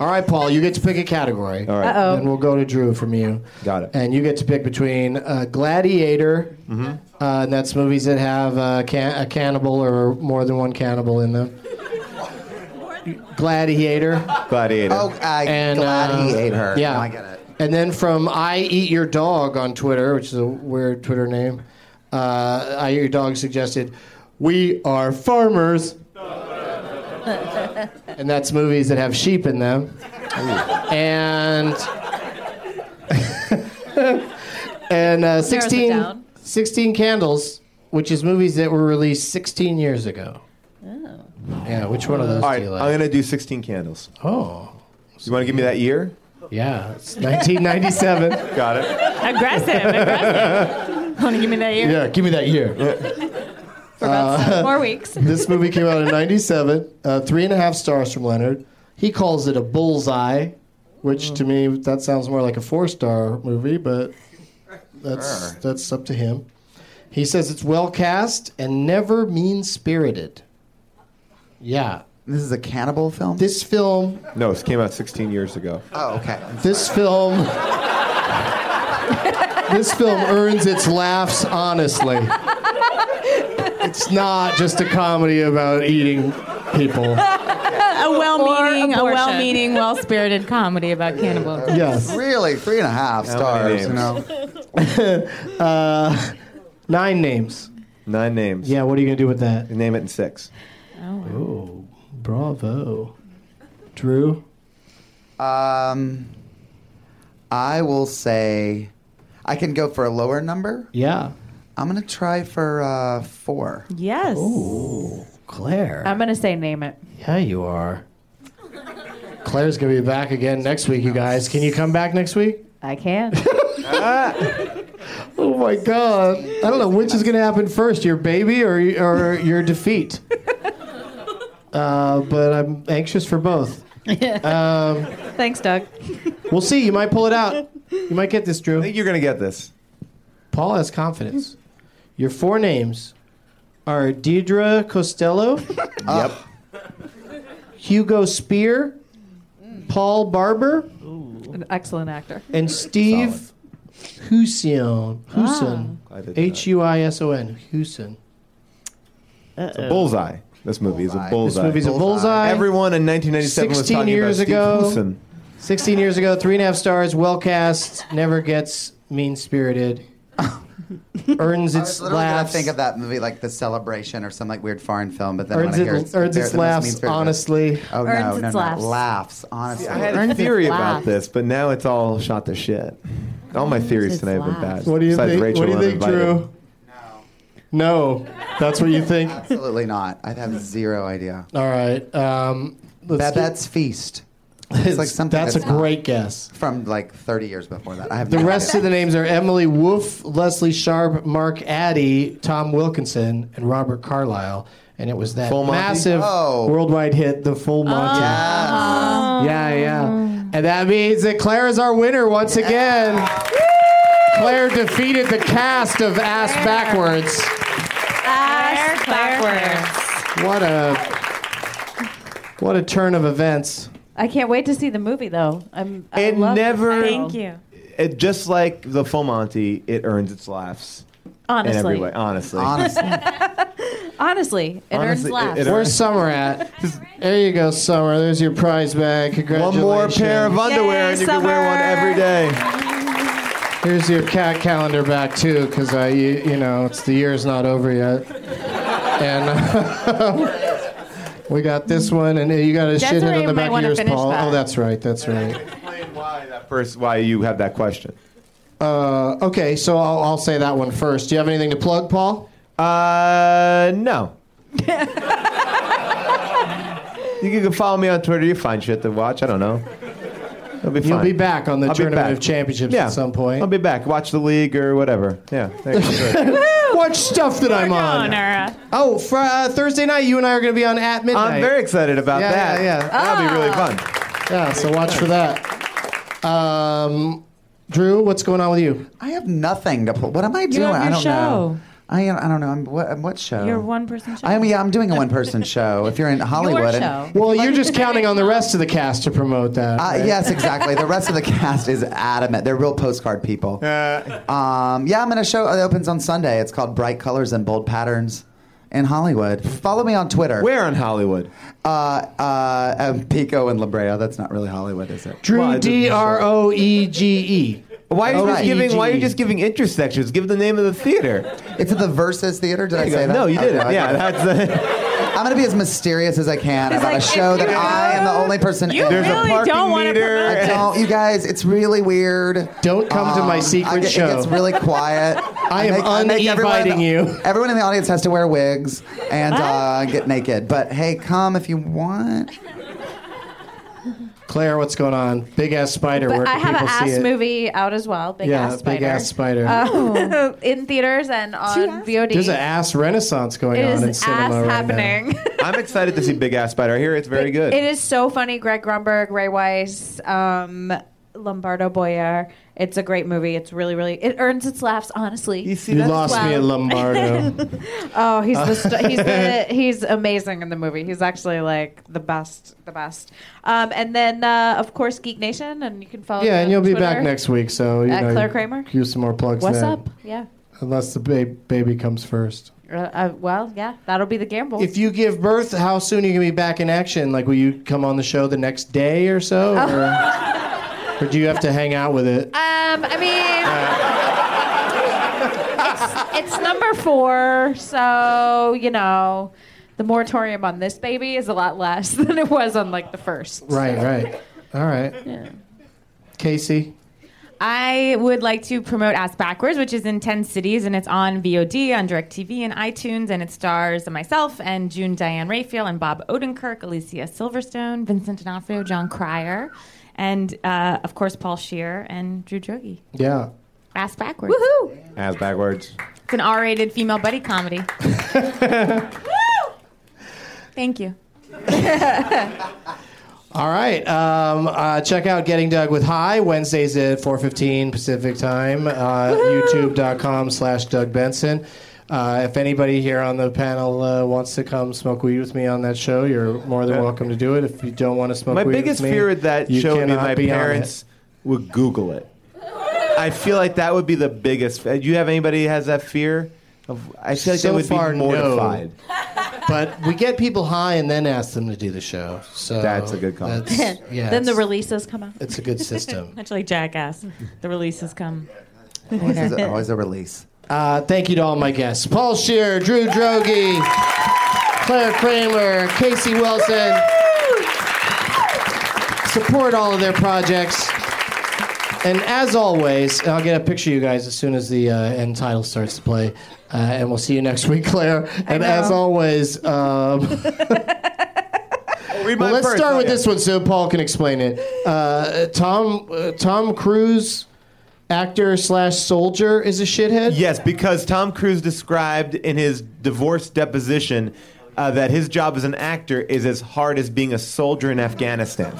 C: All right, Paul, you get to pick a category.
M: All right.
C: Then we'll go to Drew from you.
M: Got it.
C: And you get to pick between uh, Gladiator,
M: Mm-hmm.
C: uh, and that's movies that have uh, can- a cannibal or more than one cannibal in them. Gladiator.
M: Gladiator.
G: Oh, I'm
C: And,
G: glad he
C: uh,
G: ate her.
C: yeah.
G: Now I get it.
C: And then from I Eat Your Dog on Twitter, which is a weird Twitter name, uh, I Eat Your Dog suggested, We Are Farmers. and that's movies that have sheep in them. And. and uh,
O: it
C: 16,
O: down.
C: 16 Candles, which is movies that were released 16 years ago.
G: Oh.
C: Yeah, which one of those
M: All
C: do
M: right.
C: you
M: I'm
C: like?
M: gonna do 16 candles.
C: Oh,
M: You want to give me that year?
C: yeah, it's 1997.
M: Got it.
L: Aggressive, aggressive. Want to give me that ear?
C: Yeah, give me that year.
O: For about seven more weeks.
C: this movie came out in 97, uh, three and a half stars from Leonard. He calls it a bullseye, which to me, that sounds more like a four star movie, but that's, that's up to him. He says it's well cast and never mean spirited. Yeah.
G: This is a cannibal film.
C: This film,
M: No, this came out 16 years ago.
G: oh, okay.
C: this film, this film earns its laughs honestly. It's not just a comedy about eating people.
L: A well-meaning, a
O: abortion.
L: well-meaning, well-spirited comedy about cannibalism.
C: Yes.
G: Really, three and a half
M: many
G: stars. You know,
C: Uh, Nine names.
M: Nine names.
C: Yeah, what are you going to do with that?
M: Name it in six.
C: Oh, bravo. Drew?
G: Um, I will say, I can go for a lower number.
C: Yeah.
G: I'm gonna try for uh, four.
F: Yes.
C: Claire.
F: I'm gonna say name it.
C: Yeah, you are. Claire's going to be back again next week, you guys. Can you come back next week?
F: I can.
C: Oh my God. I don't know which is going to happen first your baby or, or your defeat. Uh, but I'm anxious for both.
F: Thanks, Doug.
C: We'll see. You might pull it out. You might get this, Drew.
M: I think you're going to get this.
C: Paul has confidence. Your four names are Deidre Costello, Hugo Spear, Paul Barber,
F: An excellent actor.
C: and Steve Husion. Huson.
M: I did
C: H U I S O N. Huson.
M: It's a bullseye. This movie is a
C: This
M: bullseye.
C: movie's a bullseye.
M: Everyone in 1997 was
C: 16
M: talking
C: years
M: about Steve
C: ago.
M: Wilson.
C: 16 years ago, three and a half stars, well cast, never gets mean spirited, earns
G: I
C: its
G: was literally gonna
C: laughs.
G: think of that movie like The Celebration or some like weird foreign film, but then
C: Earns,
G: when I hear
C: it, earns its
G: comparison,
C: laughs,
G: means-
C: honestly.
G: Oh
F: Earns
G: no,
F: its
G: no, no,
F: laughs.
G: laughs. honestly.
M: I had a
O: Earns
M: theory
O: its
M: about
O: laugh.
M: this, but now it's all shot to shit. All my theories
O: its
M: tonight have been
O: laugh.
M: bad.
C: What do you
M: Besides
C: think?
M: Rachel
C: what do you think,
M: uninvited.
C: Drew? No. No. That's what you think?
G: Absolutely not. I have zero idea.
C: All right. Um, let's
G: Babette's Feast
C: get-
G: like something
C: that's,
G: that's
C: a
G: not-
C: great guess.
G: from like 30 years before that. I have
C: The
G: no
C: rest
G: idea.
C: of the names are Emily Wolf, Leslie Sharp, Mark Addy, Tom Wilkinson, and Robert Carlyle. And it was that
M: Full Monty?
C: massive
G: Oh.
C: worldwide hit, The Full Monty. Yeah, yeah. And that means that Claire is our winner once again. Claire defeated the cast of Ass Backwards.
F: Ass backwards.
C: What a what a turn of events.
F: I can't wait to see the movie though. I'm. I
M: It
F: love this
M: never-
F: title.
M: Thank
O: you.
M: It, just like the full Monty, it earns its laughs in every
F: Honestly,
M: way. Honestly,
G: Honestly,
F: honestly, it
M: Honestly,
F: earns laughs.
M: it- it-
C: Where's Summer at? There you go, Summer. There's your prize bag.
M: one
C: Congratulations.
M: more pair of underwear,
F: Yay,
M: and you can wear one
F: summer.
M: every day.
C: Here's your cat calendar back too, because I, you, you know, it's the year's not over yet, and we got this one, and you got a shithead on
F: Desiree
C: the
F: might
C: back of
F: wanna
C: yours,
F: finish
C: Paul.
F: that.
C: Oh, that's right, that's right.
M: Explain why that first, why you have that question.
C: Uh, okay, so I'll, I'll say that one first. Do you have anything to plug, Paul?
M: Uh, no. you can follow me on Twitter. You find shit to watch. I don't know. It'll be fun.
C: You'll be back on the
M: I'll be
C: Tournament
M: back.
C: of Championships
M: Yeah.
C: at some point.
M: I'll be back. Watch the league or whatever. Yeah. Thanks.
C: Watch stuff that I'm on. Oh, fr- uh, Thursday night, you and I are going to be on at midnight.
M: I'm very excited about
C: Yeah,
M: that.
C: yeah, yeah.
M: That'll be really
F: Ah.
M: fun.
C: yeah, so watch for that. Um, Drew, what's going on with you?
G: I have nothing to put. What am I doing?
F: You're on
G: I
F: your
G: don't know.
F: show.
G: I am, I don't know. I'm what, I'm what show?
F: Your one person show.
G: I am, yeah, I'm doing a one person show. If you're in Hollywood,
F: Your
G: and-
F: show.
C: Well, you're just counting on the rest of the cast to promote that.
G: Uh,
C: right?
G: Yes, exactly. The rest of the cast is adamant. They're real postcard people.
C: Uh,
G: Um, yeah, I'm in a show that opens on Sunday. It's called Bright Colors and Bold Patterns in Hollywood. Follow me on Twitter.
M: Where in Hollywood?
G: Uh, uh, um, Pico and La Brea. That's not really Hollywood, is it?
C: Drew,
M: Well, I didn't-
C: D R O E G E.
M: Why are you
G: Oh,
M: just
G: right.
M: giving? Why are you just giving intersections? Give the name of the theater.
G: It's at the Versus Theater. Did I say that?
M: No, you
G: Okay,
M: didn't.
G: I
M: Yeah,
G: got it.
M: that's the.
G: I'm gonna be as mysterious as I can about
F: like,
G: a show
F: if
G: that
F: you
G: I am the only person.
F: You
G: in.
M: There's
F: really
M: a parking
F: don't wanna
M: meter.
F: promote
G: I
M: and-
G: don't, you guys. It's really weird. Um,
C: Don't come to my secret
G: I get,
C: show.
G: It gets really quiet.
C: I am un-inviting
G: everyone,
C: you.
G: Everyone in the audience has to wear wigs and uh, get naked. But hey, come if you want.
C: Claire, what's going on? Big ass spider. where
F: But I
C: can
F: have an
C: people see
F: ass
C: it?
F: movie out as well. Big
C: Yeah,
F: ass spider.
C: big ass spider.
F: Uh, in theaters and on VOD.
C: There's an ass renaissance going
F: it
C: on in
F: is
C: cinema
F: ass
C: right
F: happening.
M: I'm excited to see Big Ass Spider. I hear it's very good.
F: It is so funny. Greg Grumberg, Ray Weiss, um, Lombardo Boyer. It's a great movie. It's really, really. It earns its laughs, honestly.
M: You see
C: now. You
M: that?
C: lost me
F: well.
C: at Lombardo.
F: Oh, he's the st- he's the he's amazing in the movie. He's actually like the best, the best. Um, and then uh, of course Geek Nation, and you can follow. me
C: yeah, and
F: on
C: you'll be
F: Twitter.
C: back next week. So you
F: At
C: know,
F: Claire Kramer?
C: Give some more plugs.
F: What's
C: then.
F: up? Yeah.
C: Unless the ba- baby comes first.
F: Uh, uh, well, yeah, that'll be the gamble.
C: If you give birth, how soon are you gonna be back in action? Like, will you come on the show the next day or so, or, or do you have to hang out with it?
F: Um, I mean, Um, it's number four, so you know, the moratorium on this baby is a lot less than it was on like the first.
C: Right, right. All right.
F: Yeah.
C: Casey.
L: I would like to promote Ask Backwards, which is in 10 cities, and it's on VOD, on DirecTV, and iTunes, and it stars myself and June Diane Raphael and Bob Odenkirk, Alicia Silverstone, Vincent D'Onofrio, John Cryer, and uh, of course Paul Shear and Drew Drogi.
C: Yeah.
L: Ask Backwards. Woohoo!
M: Ass backwards.
L: It's an R-rated female buddy comedy. Woo! Thank you.
C: All right. Um, uh, check out Getting Doug with High Wednesdays at 4:15 Pacific time. Uh, YouTube.com/slash Doug Benson. Uh, if anybody here on the panel uh, wants to come smoke weed with me on that show, you're more than welcome to do it. If you don't want to smoke,
M: Uh, My
C: weed
M: biggest
C: with me,
M: fear at that
C: you
M: show would be
C: cannot
M: my
C: be on it.
M: parents would Google it. I feel like that would be the biggest. Do you have anybody who has that fear? Of, I feel like
C: So
M: they would
C: far,
M: be
C: no.
M: mortified.
C: But we get people high and then ask them to do the show. So
M: That's a good comment.
C: that's- yeah,
F: then the
C: it's-
F: releases come out.
C: it's a good system.
L: Much like Jackass, the releases come.
G: Always a, always a release.
C: Uh, thank you to all my guests Paul Shear, Drew Drogi, Claire Kramer, Casey Wilson. Support all of their projects. And as always, I'll get a picture of you guys as soon as the uh, end title starts to play. Uh, and we'll see you next week, Claire. And as always, um,
M: Read
C: well,
M: mine
C: let's
M: first.
C: start
M: Oh,
C: with
M: yeah.
C: this one so Paul can explain it. Uh, Tom uh, Tom Cruise, actor slash soldier, is a shithead.
M: Yes, because Tom Cruise described in his divorce deposition uh, that his job as an actor is as hard as being a soldier in Afghanistan.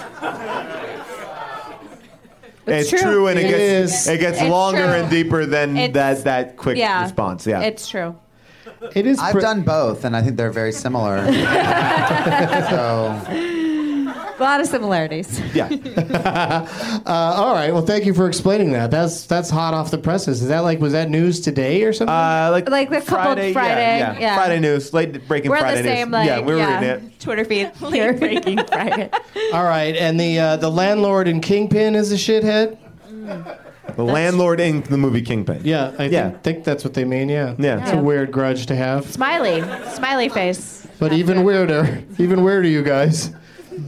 M: It's, true. and it,
C: It
M: gets
C: is.
M: it gets
F: It's
M: longer
F: true.
M: and deeper than
F: It's-
M: that that quick
F: yeah.
M: response. Yeah,
F: It's true.
C: It is.
G: I've
C: pre-
G: done both, and I think they're very similar. so
F: A lot of similarities.
M: yeah.
C: Uh, all right. Well, thank you for explaining that. That's that's hot off the presses. Is that like was that news today or something?
M: Uh, like
F: Like a couple
M: Friday, yeah,
F: Friday,
M: yeah,
F: yeah.
M: Friday news, late breaking
F: We're on
M: Friday
F: the same
M: news.
F: like
M: yeah, we were reading it.
F: Twitter feed here.
L: Breaking Friday.
C: all right. And the uh, the landlord in Kingpin is a shithead.
M: The landlord in the movie Kingpin.
C: Yeah, I
M: Yeah.
C: Think, think that's what they mean. Yeah.
M: Yeah.
C: It's a weird grudge to have,
F: Smiley, smiley face.
C: but even weirder, even weirder, you guys.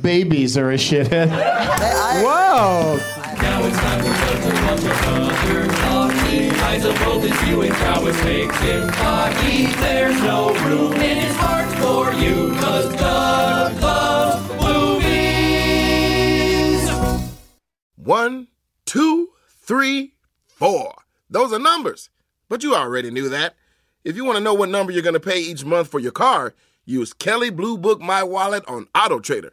C: Babies are a shithead.
M: Whoa!
B: Now it's time for Dr. Bumper Brother Talkie. Eyes of both as you and Cowboys makes him cocky. There's no room in his heart for you, cause Doug loves movies.
Q: One, two, three, four. Those are numbers. But you already knew that. If you want to know what number you're going to pay each month for your car, use Kelly Blue Book My Wallet on Auto Trader.